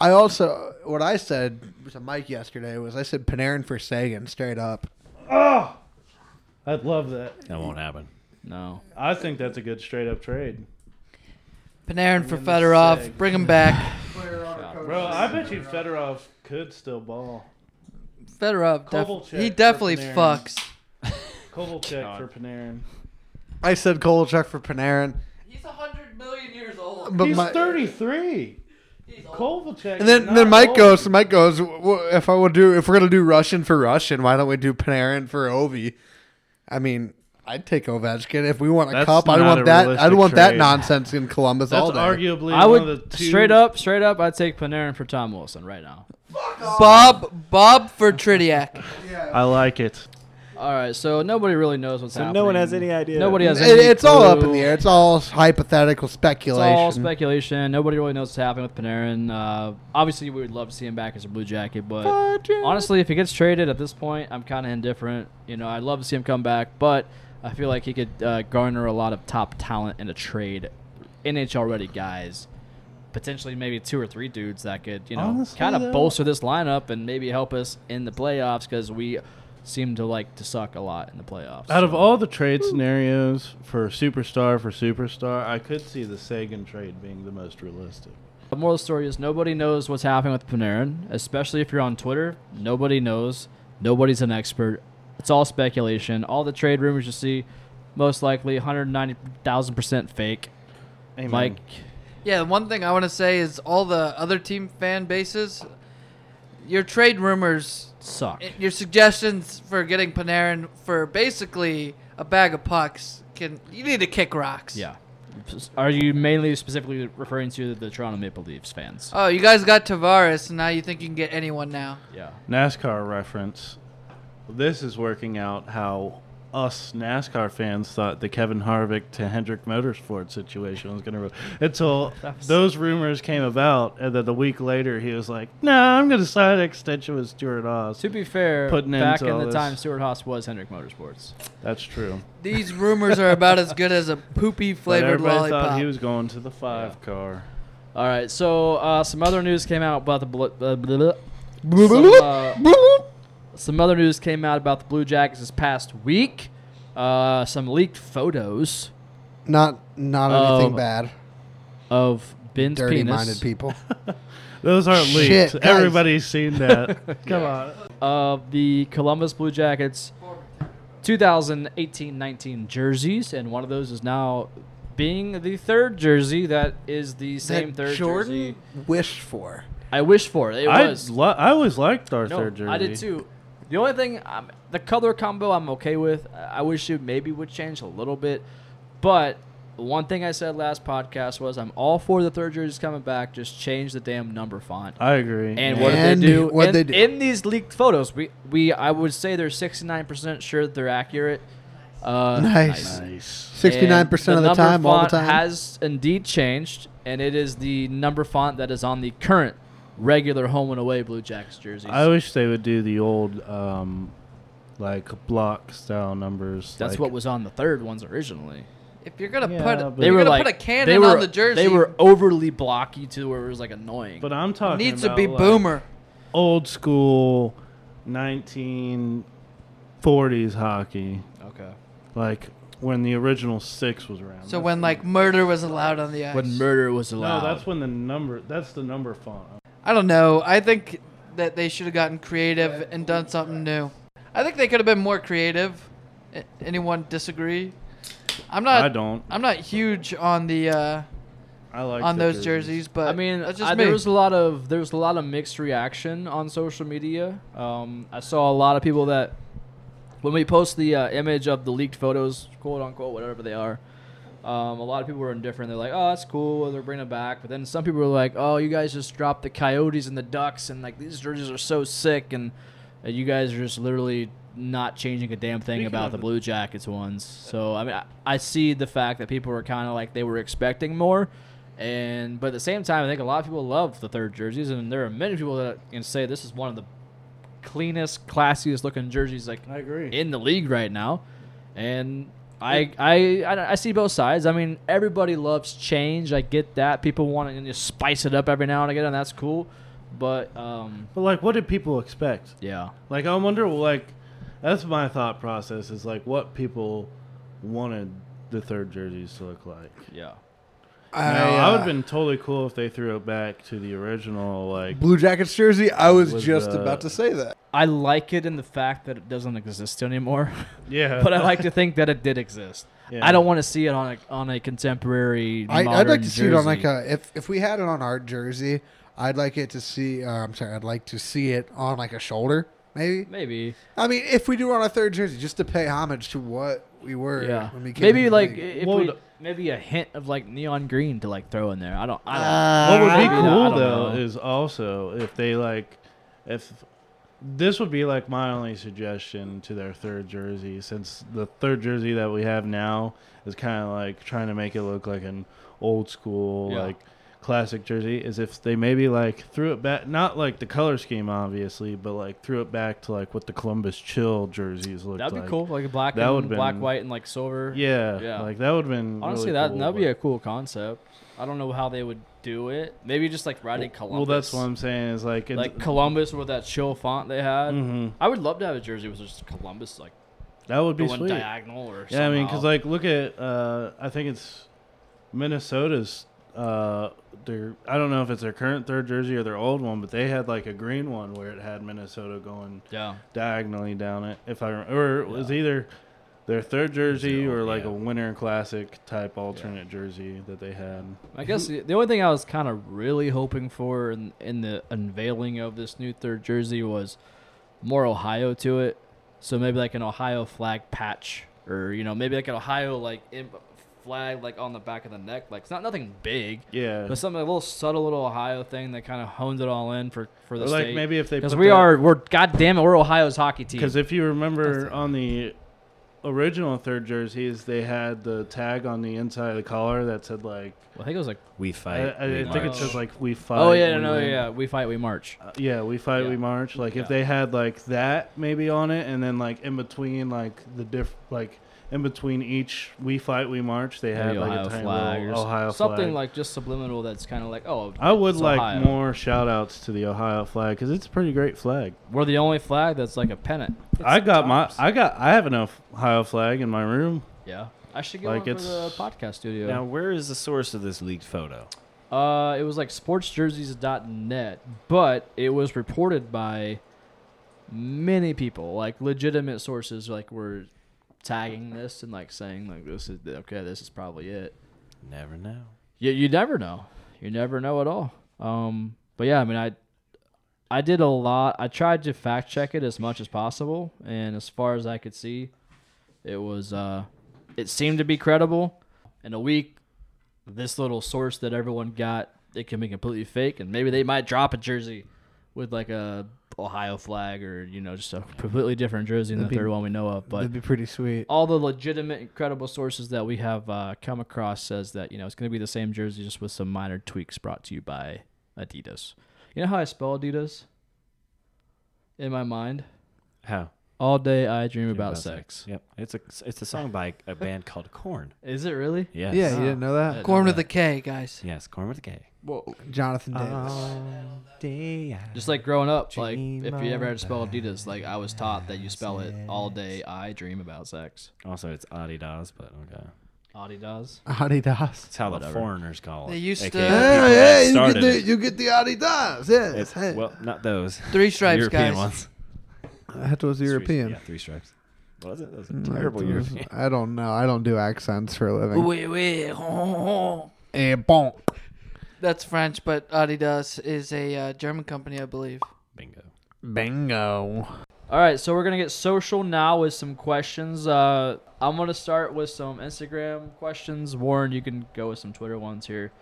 [SPEAKER 7] I also what I said to Mike yesterday was I said Panarin for Sagan straight up.
[SPEAKER 6] I'd love that.
[SPEAKER 5] That won't happen.
[SPEAKER 4] No,
[SPEAKER 6] I think that's a good straight up trade.
[SPEAKER 8] Panarin for Fedorov, bring him back.
[SPEAKER 6] Bro, I bet you Fedorov could still ball.
[SPEAKER 8] Fedorov, def-
[SPEAKER 6] Kovalchuk
[SPEAKER 8] he
[SPEAKER 6] for
[SPEAKER 8] definitely
[SPEAKER 6] Panarin.
[SPEAKER 8] fucks.
[SPEAKER 6] Kovalchuk for Panarin.
[SPEAKER 7] I said Kovalchuk for Panarin,
[SPEAKER 8] He's hundred million years old.
[SPEAKER 7] but
[SPEAKER 6] He's
[SPEAKER 7] my,
[SPEAKER 6] 33. Kovalchuk.
[SPEAKER 7] and then then Mike goes. Mike goes. "W- w- If I would do, if we're gonna do Russian for Russian, why don't we do Panarin for Ovi? I mean, I'd take Ovechkin if we want a
[SPEAKER 6] That's
[SPEAKER 7] cup. I'd
[SPEAKER 6] not
[SPEAKER 7] want
[SPEAKER 6] a
[SPEAKER 7] that. I'd
[SPEAKER 6] realistic
[SPEAKER 7] want that
[SPEAKER 6] trade.
[SPEAKER 7] nonsense in Columbus
[SPEAKER 6] That's
[SPEAKER 7] all day.
[SPEAKER 6] arguably
[SPEAKER 4] I
[SPEAKER 6] one of
[SPEAKER 4] would
[SPEAKER 6] the two.
[SPEAKER 4] straight up, straight up. I'd take Panarin for Tom Wilson right now.
[SPEAKER 8] Bob Bob for Tridiak.
[SPEAKER 6] I like it.
[SPEAKER 4] All right, so nobody really knows what's happening.
[SPEAKER 5] no one has any idea.
[SPEAKER 4] Nobody has.
[SPEAKER 7] It-
[SPEAKER 4] any
[SPEAKER 7] it's all up in
[SPEAKER 4] clue.
[SPEAKER 7] the air. It's all hypothetical
[SPEAKER 4] It's
[SPEAKER 7] speculation.
[SPEAKER 4] all speculation. Nobody really knows what's happening with Panarin. Uh, obviously, we would love to see him back as a Blue Jacket, but honestly, if he gets traded at this point, I'm kind of indifferent. You know, I'd love to see him come back, but I feel like he could uh, garner a lot of top talent in a trade, NHL ready guys, potentially maybe two or three dudes that could you know
[SPEAKER 6] Honestly,
[SPEAKER 4] kind
[SPEAKER 6] though-
[SPEAKER 4] of bolster this lineup and maybe help us in the playoffs because we seem to like to suck a lot in the playoffs.
[SPEAKER 6] Out of
[SPEAKER 4] So-
[SPEAKER 6] all the trade scenarios for superstar for superstar, I could see the Sagan trade being the most realistic.
[SPEAKER 4] The moral of the story is nobody knows what's happening with Panarin, especially if you're on Twitter. Nobody knows. Nobody's an expert. It's all speculation. All the trade rumors you see, most likely 190,000% fake.
[SPEAKER 6] Amen.
[SPEAKER 4] Mike,
[SPEAKER 8] Yeah, the one thing I want to say is all the other team fan bases, your trade rumors,
[SPEAKER 4] suck.
[SPEAKER 8] your suggestions for getting Panarin for basically a bag of pucks can you need to kick rocks.
[SPEAKER 4] Yeah. Are you mainly specifically referring to the Toronto Maple Leafs
[SPEAKER 6] Uh,
[SPEAKER 4] fans?
[SPEAKER 8] Oh, you guys got Tavares, and now you think you can get anyone now.
[SPEAKER 4] Yeah.
[SPEAKER 6] NASCAR reference. This is working out how us NASCAR fans thought the Kevin Harvick to Hendrick Motorsport situation was going to roll until those rumors came about, and then the week later he was like, "Nah, I'm going to sign an extension with Stuart Haas."
[SPEAKER 4] To be fair,
[SPEAKER 6] Putting
[SPEAKER 4] back
[SPEAKER 6] into
[SPEAKER 4] in
[SPEAKER 6] all
[SPEAKER 4] the
[SPEAKER 6] this.
[SPEAKER 4] time Stuart Haas was Hendrick Motorsports.
[SPEAKER 6] That's true.
[SPEAKER 8] These rumors are about as good as a poopy
[SPEAKER 6] But
[SPEAKER 8] flavored
[SPEAKER 6] everybody
[SPEAKER 8] lollipop.
[SPEAKER 6] thought he was going to the five car.
[SPEAKER 4] All right, so uh, some other news came out about the bl- uh, blah, blah, blah.
[SPEAKER 7] Bloop,
[SPEAKER 4] Some, uh,
[SPEAKER 7] bloop, bloop.
[SPEAKER 4] Some other news came out about the Blue Jackets this past week. Uh, some leaked photos
[SPEAKER 7] Not not anything
[SPEAKER 4] Oh,
[SPEAKER 7] bad.
[SPEAKER 4] of Ben's
[SPEAKER 7] Dirty
[SPEAKER 4] penis.
[SPEAKER 7] minded people.
[SPEAKER 6] Those aren't
[SPEAKER 7] Shit,
[SPEAKER 6] leaked.
[SPEAKER 7] guys.
[SPEAKER 6] Everybody's seen that. Come on.
[SPEAKER 4] of the Columbus Blue Jackets 2018-19 jerseys, and one of those is now being the third jersey that is the same
[SPEAKER 7] That
[SPEAKER 4] third
[SPEAKER 7] Jordan
[SPEAKER 4] jersey
[SPEAKER 7] wished for.
[SPEAKER 4] I wish for. It
[SPEAKER 6] I,
[SPEAKER 4] was
[SPEAKER 6] lo- I always liked our
[SPEAKER 4] no,
[SPEAKER 6] third jersey.
[SPEAKER 4] I did too. The only thing, um, the color combo, I'm okay with. I I wish it maybe would change a little bit, but one thing I said last podcast was I'm all for the third jerseys coming back. Just change the damn number font.
[SPEAKER 6] I agree.
[SPEAKER 4] And what did
[SPEAKER 7] And
[SPEAKER 4] they do?
[SPEAKER 7] what
[SPEAKER 4] in,
[SPEAKER 7] they do.
[SPEAKER 4] in these leaked photos, we, we I would say they're sixty nine percent sure that they're accurate. Uh,
[SPEAKER 7] Nice.
[SPEAKER 6] Nice.
[SPEAKER 7] Sixty nine percent of
[SPEAKER 4] And
[SPEAKER 7] the
[SPEAKER 4] number
[SPEAKER 7] time, all the
[SPEAKER 4] font
[SPEAKER 7] time.
[SPEAKER 4] has indeed changed, and it is the number font that is on the current regular home and away Blue Jackets jerseys.
[SPEAKER 6] I wish they would do the old, um, like block style numbers.
[SPEAKER 4] That's
[SPEAKER 6] like-
[SPEAKER 4] what was on the third ones originally.
[SPEAKER 8] If you're gonna
[SPEAKER 6] Yeah,
[SPEAKER 8] put,
[SPEAKER 6] but-
[SPEAKER 8] they you're
[SPEAKER 4] were
[SPEAKER 8] gonna
[SPEAKER 4] like
[SPEAKER 8] put a cannon
[SPEAKER 4] they were,
[SPEAKER 8] on the jersey.
[SPEAKER 4] They were overly blocky to where it was like annoying.
[SPEAKER 6] But I'm talking.
[SPEAKER 8] needs to
[SPEAKER 6] about,
[SPEAKER 8] be
[SPEAKER 6] like,
[SPEAKER 8] boomer.
[SPEAKER 6] Old school, 1940s hockey,
[SPEAKER 4] okay.
[SPEAKER 6] like when the original six was around.
[SPEAKER 8] So
[SPEAKER 6] That's
[SPEAKER 8] when like murder was allowed on the ice.
[SPEAKER 4] When murder was
[SPEAKER 6] No,
[SPEAKER 4] allowed.
[SPEAKER 6] that's when the number. That's the number font.
[SPEAKER 8] I don't know. I think that they should have gotten creative and done something new. I think they could have been more creative. A- Anyone disagree? I'm not.
[SPEAKER 6] I don't.
[SPEAKER 8] I'm not huge on the uh,
[SPEAKER 6] I like
[SPEAKER 8] on
[SPEAKER 6] the
[SPEAKER 8] those jerseys, but
[SPEAKER 4] I mean,
[SPEAKER 8] that's just
[SPEAKER 4] I-
[SPEAKER 8] me.
[SPEAKER 4] there was a lot of there was a lot of mixed reaction on social media. Um, I saw a lot of people that when we post the uh, image of the leaked photos, quote unquote, whatever they are. Um, a lot of people were indifferent. They're like, "Oh, that's cool. They're bringing it back." But then some people were like, "Oh, you guys just dropped the Coyotes and the Ducks, and like these jerseys are so sick, and uh, you guys are just literally not changing a damn thing
[SPEAKER 6] Speaking
[SPEAKER 4] about
[SPEAKER 6] of
[SPEAKER 4] the
[SPEAKER 6] the-
[SPEAKER 4] Blue Jackets ones." So I mean, I, I see the fact that people were kind of like they were expecting more, and but at the same time, I think a lot of people love the third jerseys, and there are many people that can say this is one of the cleanest, classiest looking jerseys like
[SPEAKER 6] I agree.
[SPEAKER 4] in the league right now, and I I, I I see both sides. I mean, everybody loves change. I get that. People want to just spice it up every now and again, and that's cool. But um,
[SPEAKER 6] but like, what did people expect?
[SPEAKER 4] yeah,
[SPEAKER 6] Like I wonder like that's my thought process is like what people wanted the third jerseys to look like.
[SPEAKER 4] yeah.
[SPEAKER 6] Now,
[SPEAKER 7] I,
[SPEAKER 6] I would
[SPEAKER 7] uh,
[SPEAKER 6] have been totally cool if they threw it back to the original like
[SPEAKER 7] Blue Jackets jersey. I was,
[SPEAKER 6] Was,
[SPEAKER 7] just
[SPEAKER 6] uh,
[SPEAKER 7] about to say that.
[SPEAKER 4] I like it in the fact that it doesn't exist anymore,
[SPEAKER 6] Yeah.
[SPEAKER 4] but I like to think that it did exist.
[SPEAKER 6] Yeah.
[SPEAKER 4] I don't want to see it on a on a contemporary.
[SPEAKER 7] I, I'd like
[SPEAKER 4] modern
[SPEAKER 7] to see it on
[SPEAKER 4] jersey.
[SPEAKER 7] like a if if we had it on our jersey, I'd like it to see. Uh, I'm sorry, I'd like to see it on like a shoulder, maybe.
[SPEAKER 4] maybe.
[SPEAKER 7] I mean, if we do it on a third jersey, just to pay homage to what we were.
[SPEAKER 4] Yeah.
[SPEAKER 7] when we came
[SPEAKER 4] Maybe
[SPEAKER 7] into the
[SPEAKER 4] like
[SPEAKER 7] league.
[SPEAKER 4] if
[SPEAKER 6] What
[SPEAKER 4] we,
[SPEAKER 6] would-
[SPEAKER 4] maybe a hint of like neon green to like throw in there. I don't. I don't.
[SPEAKER 7] Uh,
[SPEAKER 6] what would be
[SPEAKER 4] I don't
[SPEAKER 6] cool
[SPEAKER 4] know.
[SPEAKER 6] though is also if they like if this would be like my only suggestion to their third jersey since the third jersey that we have now is kind of like trying to make it look like an old school
[SPEAKER 4] Yeah.
[SPEAKER 6] like classic jersey is if they maybe like threw it back not like the color scheme obviously but like threw it back to like what the Columbus Chill jerseys looked
[SPEAKER 4] That'd be
[SPEAKER 6] like.
[SPEAKER 4] cool, like a black
[SPEAKER 6] That
[SPEAKER 4] and
[SPEAKER 6] would've
[SPEAKER 4] black,
[SPEAKER 6] been-
[SPEAKER 4] white, and like silver.
[SPEAKER 6] yeah,
[SPEAKER 4] Yeah.
[SPEAKER 6] like that would have been
[SPEAKER 4] Honestly,
[SPEAKER 6] really
[SPEAKER 4] that
[SPEAKER 6] cool,
[SPEAKER 4] that'd
[SPEAKER 6] but-
[SPEAKER 4] be a cool concept. I don't know how they would do it. Maybe just like riding
[SPEAKER 6] well
[SPEAKER 4] Columbus.
[SPEAKER 6] that's what I'm saying is like it's,
[SPEAKER 4] Like Columbus with that chill font they had.
[SPEAKER 6] Mhm.
[SPEAKER 4] I would love to have a jersey with just Columbus like
[SPEAKER 6] that would be
[SPEAKER 4] going
[SPEAKER 6] sweet
[SPEAKER 4] diagonal or
[SPEAKER 6] Yeah, I mean, because
[SPEAKER 4] somehow.
[SPEAKER 6] like, look at uh, I think it's Minnesota's. Uh, their I don't know if it's their current third jersey or their old one, but they had like a green one where it had Minnesota going
[SPEAKER 4] yeah,
[SPEAKER 6] diagonally down it. If I rem- or it was either their third jersey
[SPEAKER 4] old,
[SPEAKER 6] or like
[SPEAKER 4] yeah.
[SPEAKER 6] a winter classic type alternate jersey that they had.
[SPEAKER 4] I guess the the only thing I was kind of really hoping for in, in the unveiling of this new third jersey was more Ohio to it. So maybe like an Ohio flag patch, or you know, maybe like an Ohio like im- flag like on the back of the neck. Like it's not nothing big,
[SPEAKER 6] Yeah,
[SPEAKER 4] but something a little subtle little Ohio thing that kind of honed it all in for for the
[SPEAKER 6] or like
[SPEAKER 4] state.
[SPEAKER 6] maybe if they
[SPEAKER 4] because
[SPEAKER 6] put
[SPEAKER 4] we
[SPEAKER 6] that-
[SPEAKER 4] are we're goddamn it we're Ohio's hockey team.
[SPEAKER 6] Because if you remember on the original third jerseys, they had the tag on the inside of the collar that said like
[SPEAKER 4] I think it was like
[SPEAKER 5] We
[SPEAKER 6] I,
[SPEAKER 5] fight.
[SPEAKER 6] I,
[SPEAKER 5] we
[SPEAKER 6] think it
[SPEAKER 5] march.
[SPEAKER 6] says like we fight.
[SPEAKER 4] oh yeah
[SPEAKER 6] we
[SPEAKER 4] no, no
[SPEAKER 6] win.
[SPEAKER 4] yeah we fight we march.
[SPEAKER 6] Uh, yeah, we fight,
[SPEAKER 4] Yeah.
[SPEAKER 6] we march. Like
[SPEAKER 4] Yeah.
[SPEAKER 6] if they had like that maybe on it, and then like in between like the diff like in between each we fight we march, they
[SPEAKER 4] Maybe
[SPEAKER 6] had like
[SPEAKER 4] Ohio
[SPEAKER 6] a tiny
[SPEAKER 4] flag or
[SPEAKER 6] little
[SPEAKER 4] s-
[SPEAKER 6] Ohio
[SPEAKER 4] something
[SPEAKER 6] flag.
[SPEAKER 4] like just subliminal that's kind of like oh
[SPEAKER 6] I would
[SPEAKER 4] it's
[SPEAKER 6] like
[SPEAKER 4] Ohio.
[SPEAKER 6] more shout outs to the Ohio flag because it's a pretty great flag.
[SPEAKER 4] We're the only flag that's like a pennant.
[SPEAKER 6] I got my I got I have an Ohio flag in my room.
[SPEAKER 4] Yeah, I should get
[SPEAKER 6] Like,
[SPEAKER 4] one for the
[SPEAKER 6] it's-
[SPEAKER 4] podcast studio.
[SPEAKER 5] Now, where is the source of this leaked photo?
[SPEAKER 4] Uh, it was like sportsjerseys.net, but it was reported by many people, like legitimate sources, like were tagging this and like saying like this is okay, this is probably it.
[SPEAKER 5] Never know.
[SPEAKER 4] You you never know, you never know at all. Um, but yeah, I mean, I I did a lot. I tried to fact check it as much as possible, and as far as I could see, it was uh, it seemed to be credible. In a week, this little source that everyone got, it can be completely fake, and maybe they might drop a jersey with like a Ohio flag or you know just a completely different jersey than the
[SPEAKER 7] That'd be-
[SPEAKER 4] third one we know of. But
[SPEAKER 7] That'd be pretty sweet.
[SPEAKER 4] uh, all the legitimate, incredible sources that we have uh, come across says that you know it's going to be the same jersey, just with some minor tweaks. Brought to you by Adidas. You know how I spell Adidas? In my mind,
[SPEAKER 5] How?
[SPEAKER 4] all day I dream about, sex.
[SPEAKER 5] Yep. It's a it's a song by a band called Corn.
[SPEAKER 4] Is it really?
[SPEAKER 5] Yes.
[SPEAKER 7] Yeah, you didn't know that?
[SPEAKER 8] Corn with a K, guys.
[SPEAKER 5] Yes, Corn with a K.
[SPEAKER 4] Whoa.
[SPEAKER 7] Jonathan Davis.
[SPEAKER 4] Uh, Just like growing up, like if you ever had to spell Adidas, like I was taught that you spell it all day I dream about sex.
[SPEAKER 5] Also, it's Adidas, but okay.
[SPEAKER 4] Adidas.
[SPEAKER 7] Adidas.
[SPEAKER 5] It's how
[SPEAKER 4] Whatever.
[SPEAKER 5] the foreigners call it.
[SPEAKER 8] They used
[SPEAKER 5] aka
[SPEAKER 8] to-
[SPEAKER 5] the people
[SPEAKER 8] Yeah,
[SPEAKER 5] that
[SPEAKER 7] Hey, you, get
[SPEAKER 5] started
[SPEAKER 7] the,
[SPEAKER 5] it.
[SPEAKER 7] you get the Adidas. Yes.
[SPEAKER 5] It's-
[SPEAKER 7] hey.
[SPEAKER 5] well, not those.
[SPEAKER 8] Three stripes,
[SPEAKER 5] European
[SPEAKER 8] guys.
[SPEAKER 5] ones.
[SPEAKER 7] that was European.
[SPEAKER 5] Three, yeah, three stripes. Was it? That was
[SPEAKER 7] Mm,
[SPEAKER 5] a terrible
[SPEAKER 7] that was-
[SPEAKER 5] European.
[SPEAKER 7] I don't know. I don't do accents for a living.
[SPEAKER 8] Oui, oui, hon, hon.
[SPEAKER 7] Eh, bon.
[SPEAKER 8] That's French, but Adidas is a uh, German company, I believe.
[SPEAKER 5] Bingo.
[SPEAKER 7] Bingo.
[SPEAKER 4] All right, so we're gonna get social now with some questions. Uh, I'm gonna start with some Instagram questions. Warren, you can go with some Twitter ones here.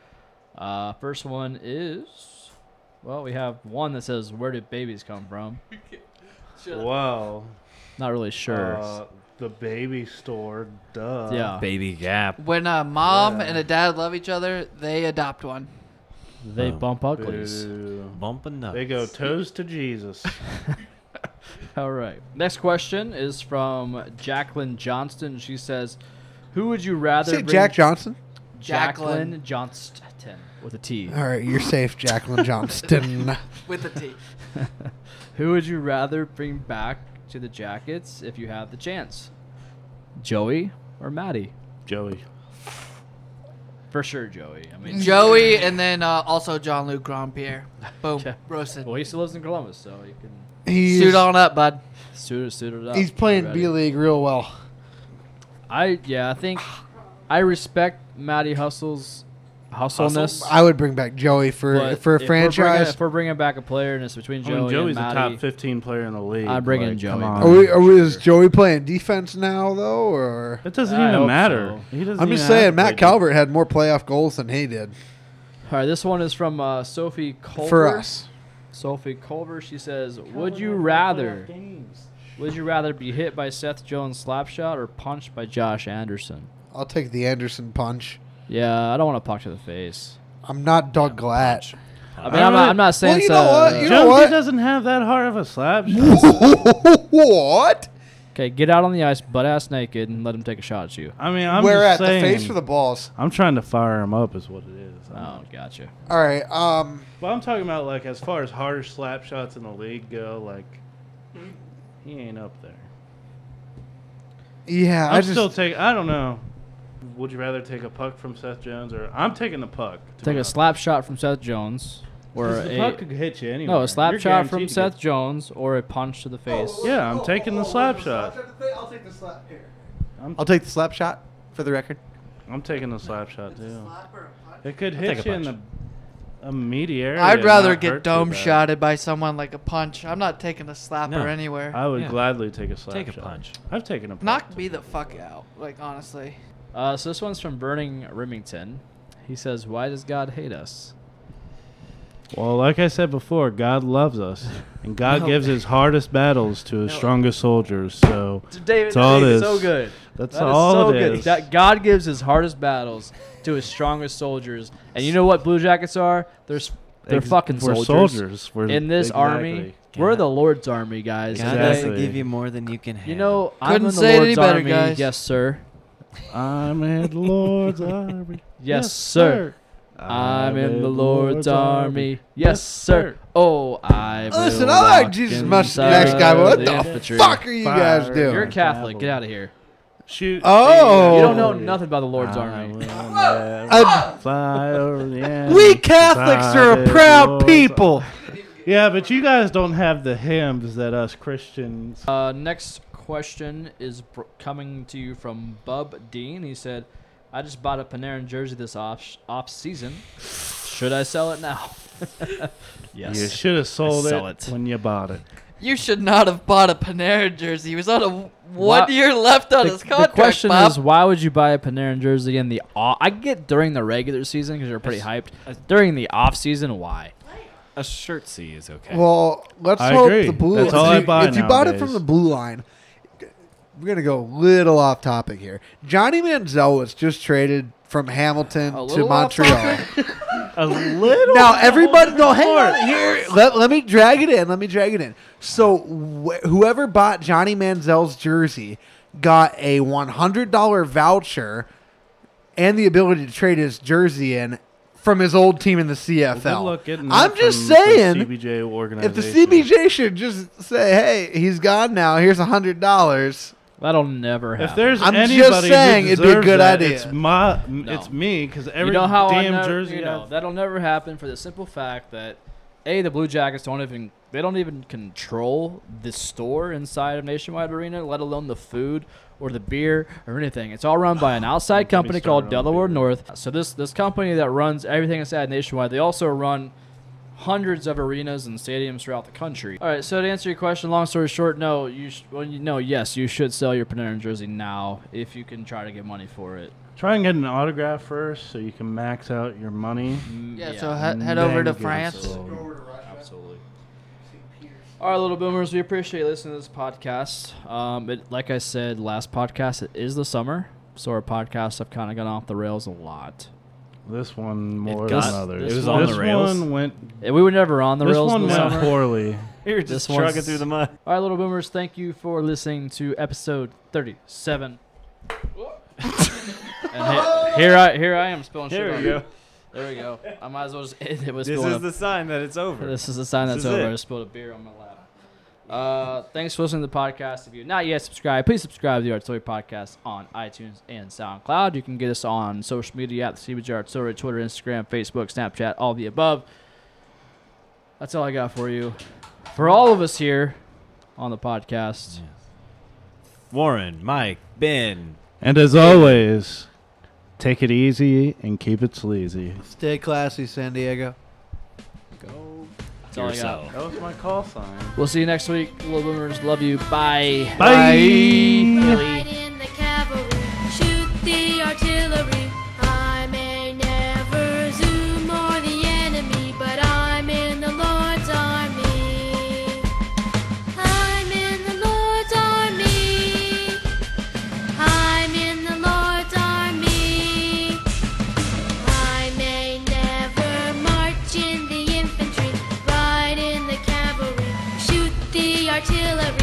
[SPEAKER 4] Uh, first one is, well, we have one that says, "Where did babies come from?"
[SPEAKER 6] Wow.
[SPEAKER 4] Not really sure.
[SPEAKER 6] Uh, the baby store, duh.
[SPEAKER 4] yeah,
[SPEAKER 5] Baby Gap.
[SPEAKER 8] When a mom and a dad love each other, they adopt one.
[SPEAKER 4] they bump uglies.
[SPEAKER 6] Boo.
[SPEAKER 5] Bumping up.
[SPEAKER 6] They go toes to Jesus.
[SPEAKER 4] All right. Next question is from Jacqueline Johnston. She says, "Who would you rather?"
[SPEAKER 7] Say
[SPEAKER 4] bring-
[SPEAKER 7] Jack Johnson.
[SPEAKER 4] Jacqueline Johnston with a T.
[SPEAKER 7] All right, you're safe, Jacqueline Johnston.
[SPEAKER 8] With a T.
[SPEAKER 4] Who would you rather bring back to the Jackets if you have the chance? Joey or Maddie?
[SPEAKER 6] Joey.
[SPEAKER 4] For sure, Joey. I mean,
[SPEAKER 8] Joey and then uh, also John Luke Grandpierre. Boom.
[SPEAKER 4] Yeah.
[SPEAKER 8] Roasted.
[SPEAKER 4] well, he still lives in Columbus, so you can
[SPEAKER 7] He's,
[SPEAKER 8] Suit on up, bud.
[SPEAKER 4] suit it, suit it up.
[SPEAKER 7] he's playing
[SPEAKER 4] Ready.
[SPEAKER 7] B League real well.
[SPEAKER 4] I yeah, I think I respect Maddie Hustle's hustleness.
[SPEAKER 7] I would bring back Joey for
[SPEAKER 4] but
[SPEAKER 7] for a
[SPEAKER 4] if we're bringing-
[SPEAKER 7] franchise.
[SPEAKER 4] if we're bringing back a player and it's between
[SPEAKER 6] I
[SPEAKER 4] Joey
[SPEAKER 6] mean, Oh, Joey's
[SPEAKER 4] and
[SPEAKER 6] a
[SPEAKER 4] Maddie,
[SPEAKER 6] top 15 player in the league.
[SPEAKER 4] I'm bringing Joey
[SPEAKER 6] come
[SPEAKER 4] back.
[SPEAKER 6] on.
[SPEAKER 7] are we, are we, is Joey playing defense now though, or
[SPEAKER 6] It doesn't
[SPEAKER 4] I hope
[SPEAKER 6] even matter.
[SPEAKER 4] so.
[SPEAKER 6] He doesn't
[SPEAKER 7] I'm just
[SPEAKER 6] even have
[SPEAKER 7] saying
[SPEAKER 6] to play
[SPEAKER 7] Matt Calvert had more playoff goals than he did
[SPEAKER 4] all right, this one is from uh, Sophie Culver.
[SPEAKER 7] for us.
[SPEAKER 4] Sophie Culver. She says, "Would you rather?" Would you rather be hit by Seth Jones slapshot or punched by Josh Anderson?
[SPEAKER 7] I'll take the Anderson punch.
[SPEAKER 4] Yeah, I don't want to punch to the face.
[SPEAKER 7] I'm not Doug Glatt.
[SPEAKER 4] I mean, I'm not, I'm not saying
[SPEAKER 7] Well, you
[SPEAKER 4] so.
[SPEAKER 7] know what? You know
[SPEAKER 6] Jonesy
[SPEAKER 7] what?
[SPEAKER 6] Uh, doesn't have that hard of a slap shot.
[SPEAKER 7] what?
[SPEAKER 4] okay, get out on the ice, butt ass naked, and let him take a shot at you.
[SPEAKER 6] I mean, I'm
[SPEAKER 7] We're at
[SPEAKER 6] just saying.
[SPEAKER 7] the face for the balls.
[SPEAKER 6] I'm trying to fire him up, is what it is.
[SPEAKER 4] Oh, gotcha.
[SPEAKER 7] All right. Um,
[SPEAKER 6] But I'm talking about like as far as harder slap shots in the league go, like he ain't up there.
[SPEAKER 7] yeah,
[SPEAKER 6] I'm
[SPEAKER 7] I just
[SPEAKER 6] still taking. I don't know. Would you rather take a puck from Seth Jones or I'm taking the puck? to
[SPEAKER 4] Take
[SPEAKER 6] be
[SPEAKER 4] a
[SPEAKER 6] honest.
[SPEAKER 4] slap shot from Seth Jones, or
[SPEAKER 6] 'Cause The puck
[SPEAKER 4] a
[SPEAKER 6] could hit you anyway.
[SPEAKER 4] no, a slap shot from Seth Jones, or a punch to the
[SPEAKER 7] Oh,
[SPEAKER 4] face.
[SPEAKER 6] Yeah, I'm taking the slap shot.
[SPEAKER 7] I'll take the slap here. I'll take the slap shot for the record.
[SPEAKER 6] I'm taking the slap shot too. It could hit
[SPEAKER 5] take a
[SPEAKER 6] you in the
[SPEAKER 5] punch.
[SPEAKER 6] a meaty area.
[SPEAKER 8] I'd
[SPEAKER 6] and
[SPEAKER 8] rather
[SPEAKER 6] not hurt you
[SPEAKER 8] get dome
[SPEAKER 6] bad.
[SPEAKER 8] shotted by someone like a punch. I'm not taking a slapper
[SPEAKER 5] No.
[SPEAKER 8] anywhere.
[SPEAKER 6] I would
[SPEAKER 5] Yeah.
[SPEAKER 6] gladly take a slap.
[SPEAKER 5] Take a
[SPEAKER 6] shot.
[SPEAKER 5] punch.
[SPEAKER 6] I've taken a punch.
[SPEAKER 8] Knock me the fuck out. Like, honestly.
[SPEAKER 4] Uh, so this one's from Burning Remington. He says, "Why does God hate us?"
[SPEAKER 6] Well, like I said before, God loves us, and God gives His hardest battles to His strongest soldiers. So
[SPEAKER 4] David,
[SPEAKER 6] It's all
[SPEAKER 4] that is
[SPEAKER 6] it
[SPEAKER 4] so
[SPEAKER 6] is.
[SPEAKER 4] good.
[SPEAKER 6] that's
[SPEAKER 4] That is
[SPEAKER 6] all
[SPEAKER 4] so
[SPEAKER 6] it
[SPEAKER 4] good.
[SPEAKER 6] is.
[SPEAKER 4] That God gives his hardest battles to his strongest soldiers, and you know what Blue Jackets are? They're s- they're
[SPEAKER 6] Ex-
[SPEAKER 4] fucking
[SPEAKER 6] we're
[SPEAKER 4] soldiers.
[SPEAKER 6] We're
[SPEAKER 4] in this
[SPEAKER 6] exactly.
[SPEAKER 4] army. We're the Lord's army, guys.
[SPEAKER 5] God
[SPEAKER 6] Exactly.
[SPEAKER 5] doesn't give you more than you can handle.
[SPEAKER 4] You know, I'm
[SPEAKER 8] Couldn't
[SPEAKER 4] in the
[SPEAKER 8] say it
[SPEAKER 4] Lord's
[SPEAKER 8] any better,
[SPEAKER 4] army.
[SPEAKER 8] guys.
[SPEAKER 4] Yes, sir.
[SPEAKER 6] I'm in the Lord's army.
[SPEAKER 4] Yes, sir. I'm in the Lord's army. Yes, sir. Oh, I.
[SPEAKER 7] Listen,
[SPEAKER 4] will
[SPEAKER 7] I like
[SPEAKER 4] walk
[SPEAKER 7] Jesus much
[SPEAKER 4] inside
[SPEAKER 7] next guy, but
[SPEAKER 4] the
[SPEAKER 7] what the
[SPEAKER 4] infantry.
[SPEAKER 7] fuck are you guys
[SPEAKER 6] Fire.
[SPEAKER 7] doing?
[SPEAKER 4] You're a Catholic. Get out of here.
[SPEAKER 6] Shoot.
[SPEAKER 7] Oh.
[SPEAKER 4] You don't know nothing about the Lord's army.
[SPEAKER 7] Uh,
[SPEAKER 6] we
[SPEAKER 7] we Catholics are a proud people.
[SPEAKER 6] Yeah, but you guys don't have the hymns that us Christians.
[SPEAKER 4] Uh, next question is br- coming to you from Bub Dean. He said, "I just bought a Panarin jersey this off off season. Should I sell it now?"
[SPEAKER 6] You should have sold
[SPEAKER 5] Sell
[SPEAKER 6] it,
[SPEAKER 5] it.
[SPEAKER 6] when you bought it.
[SPEAKER 8] You should not have bought a Panera jersey. He was on a w- one year left on
[SPEAKER 4] The,
[SPEAKER 8] his
[SPEAKER 4] the
[SPEAKER 8] contract.
[SPEAKER 4] question
[SPEAKER 8] Bob.
[SPEAKER 4] is, why would you buy a Panarin jersey in the off? I get during the regular season because you're pretty hyped. During the off season, why?
[SPEAKER 5] a shirt C is okay.
[SPEAKER 7] Well, let's
[SPEAKER 6] I
[SPEAKER 7] hope
[SPEAKER 6] agree.
[SPEAKER 7] the blue.
[SPEAKER 6] That's
[SPEAKER 7] line,
[SPEAKER 6] all I
[SPEAKER 7] if you,
[SPEAKER 6] buy
[SPEAKER 7] if you bought it
[SPEAKER 6] nowadays.
[SPEAKER 7] from the blue line, we're gonna go a little off topic here. Johnny Manziel was just traded from Hamilton to
[SPEAKER 4] little off
[SPEAKER 7] Montreal.
[SPEAKER 6] A little.
[SPEAKER 7] now everybody, no, hang on here. Let, let me drag it in. Let me drag it in. So wh- whoever bought Johnny Manziel's jersey got a one hundred dollar voucher and the ability to trade his jersey in from his old team in the CFL.
[SPEAKER 6] Good luck getting that
[SPEAKER 7] I'm just
[SPEAKER 6] from the
[SPEAKER 7] saying.
[SPEAKER 6] CBJ organization.
[SPEAKER 7] If the CBJ should just say, "Hey, he's gone now. Here's a hundred dollars."
[SPEAKER 4] That'll never happen.
[SPEAKER 6] If there's
[SPEAKER 7] I'm just
[SPEAKER 6] anybody
[SPEAKER 7] saying
[SPEAKER 6] who
[SPEAKER 7] it'd be a
[SPEAKER 6] deserves
[SPEAKER 7] good
[SPEAKER 6] that,
[SPEAKER 7] idea.
[SPEAKER 6] it's my, it's me because every
[SPEAKER 4] you know how I
[SPEAKER 6] damn
[SPEAKER 4] know-
[SPEAKER 6] jersey.
[SPEAKER 4] you know,
[SPEAKER 6] I've-
[SPEAKER 4] that'll never happen for the simple fact that a the Blue Jackets don't even they don't even control the store inside of Nationwide Arena, let alone the food or the beer or anything. It's all run by an outside company called
[SPEAKER 6] started on the
[SPEAKER 4] Delaware
[SPEAKER 6] beer.
[SPEAKER 4] North. So this this company that runs everything inside Nationwide, they also run hundreds of arenas and stadiums throughout the country. All right, so to answer your question, long story short, no, you sh- well, you no, yes, you should sell your Panarin jersey now if you can try to get money for it.
[SPEAKER 6] Try and get an autograph first so you can max out your money.
[SPEAKER 8] yeah, so he- head over to France.
[SPEAKER 4] Absolutely. All right, little boomers, we appreciate listening to this podcast. Um, it, like I said last podcast, it is the summer, so our podcasts have kind of gone off the rails a lot.
[SPEAKER 6] This one more
[SPEAKER 5] got-
[SPEAKER 6] than others.
[SPEAKER 5] this
[SPEAKER 6] this
[SPEAKER 5] one-
[SPEAKER 6] this
[SPEAKER 5] on the rails?
[SPEAKER 6] one went.
[SPEAKER 4] And we were never on the
[SPEAKER 6] this
[SPEAKER 4] rails. in
[SPEAKER 6] one
[SPEAKER 4] the
[SPEAKER 6] went
[SPEAKER 4] summer.
[SPEAKER 6] poorly.
[SPEAKER 5] You're just
[SPEAKER 4] this one's-
[SPEAKER 5] trucking through the mud.
[SPEAKER 4] All right, little boomers, thank you for listening to episode thirty-seven. and he- here I here I am spilling shit.
[SPEAKER 5] Here we
[SPEAKER 4] on
[SPEAKER 5] go.
[SPEAKER 4] you. There we go. I might as well just end it with
[SPEAKER 5] This
[SPEAKER 4] spilling
[SPEAKER 5] is
[SPEAKER 4] a-
[SPEAKER 5] the sign that it's over.
[SPEAKER 4] This is the sign
[SPEAKER 5] This
[SPEAKER 4] that's
[SPEAKER 5] is
[SPEAKER 4] over.
[SPEAKER 5] it.
[SPEAKER 4] I spilled a beer on my lap. Uh, thanks for listening to the podcast. If you're not yet subscribed, please subscribe to the Artillery Podcast on iTunes and SoundCloud. You can get us on social media at the CBJ Artillery, Twitter, Instagram, Facebook, Snapchat, all the above. That's all I got for you. For all of us here on the podcast,
[SPEAKER 5] Warren, Mike, Ben.
[SPEAKER 6] And as always, take it easy and keep it sleazy.
[SPEAKER 7] Stay classy, San Diego.
[SPEAKER 4] that's all I got.
[SPEAKER 5] yourself.
[SPEAKER 6] That was my call sign.
[SPEAKER 4] We'll see you next week. Little Boomers, love you. Bye.
[SPEAKER 6] Bye.
[SPEAKER 4] Bye.
[SPEAKER 9] Ride in the cavalry, shoot the artillery. I may never zoom or the enemy, but I'm in the Lord's army. I'm in the Lord's army. I'm in the Lord's army. I may never march in the infantry, ride in the cavalry, shoot the artillery.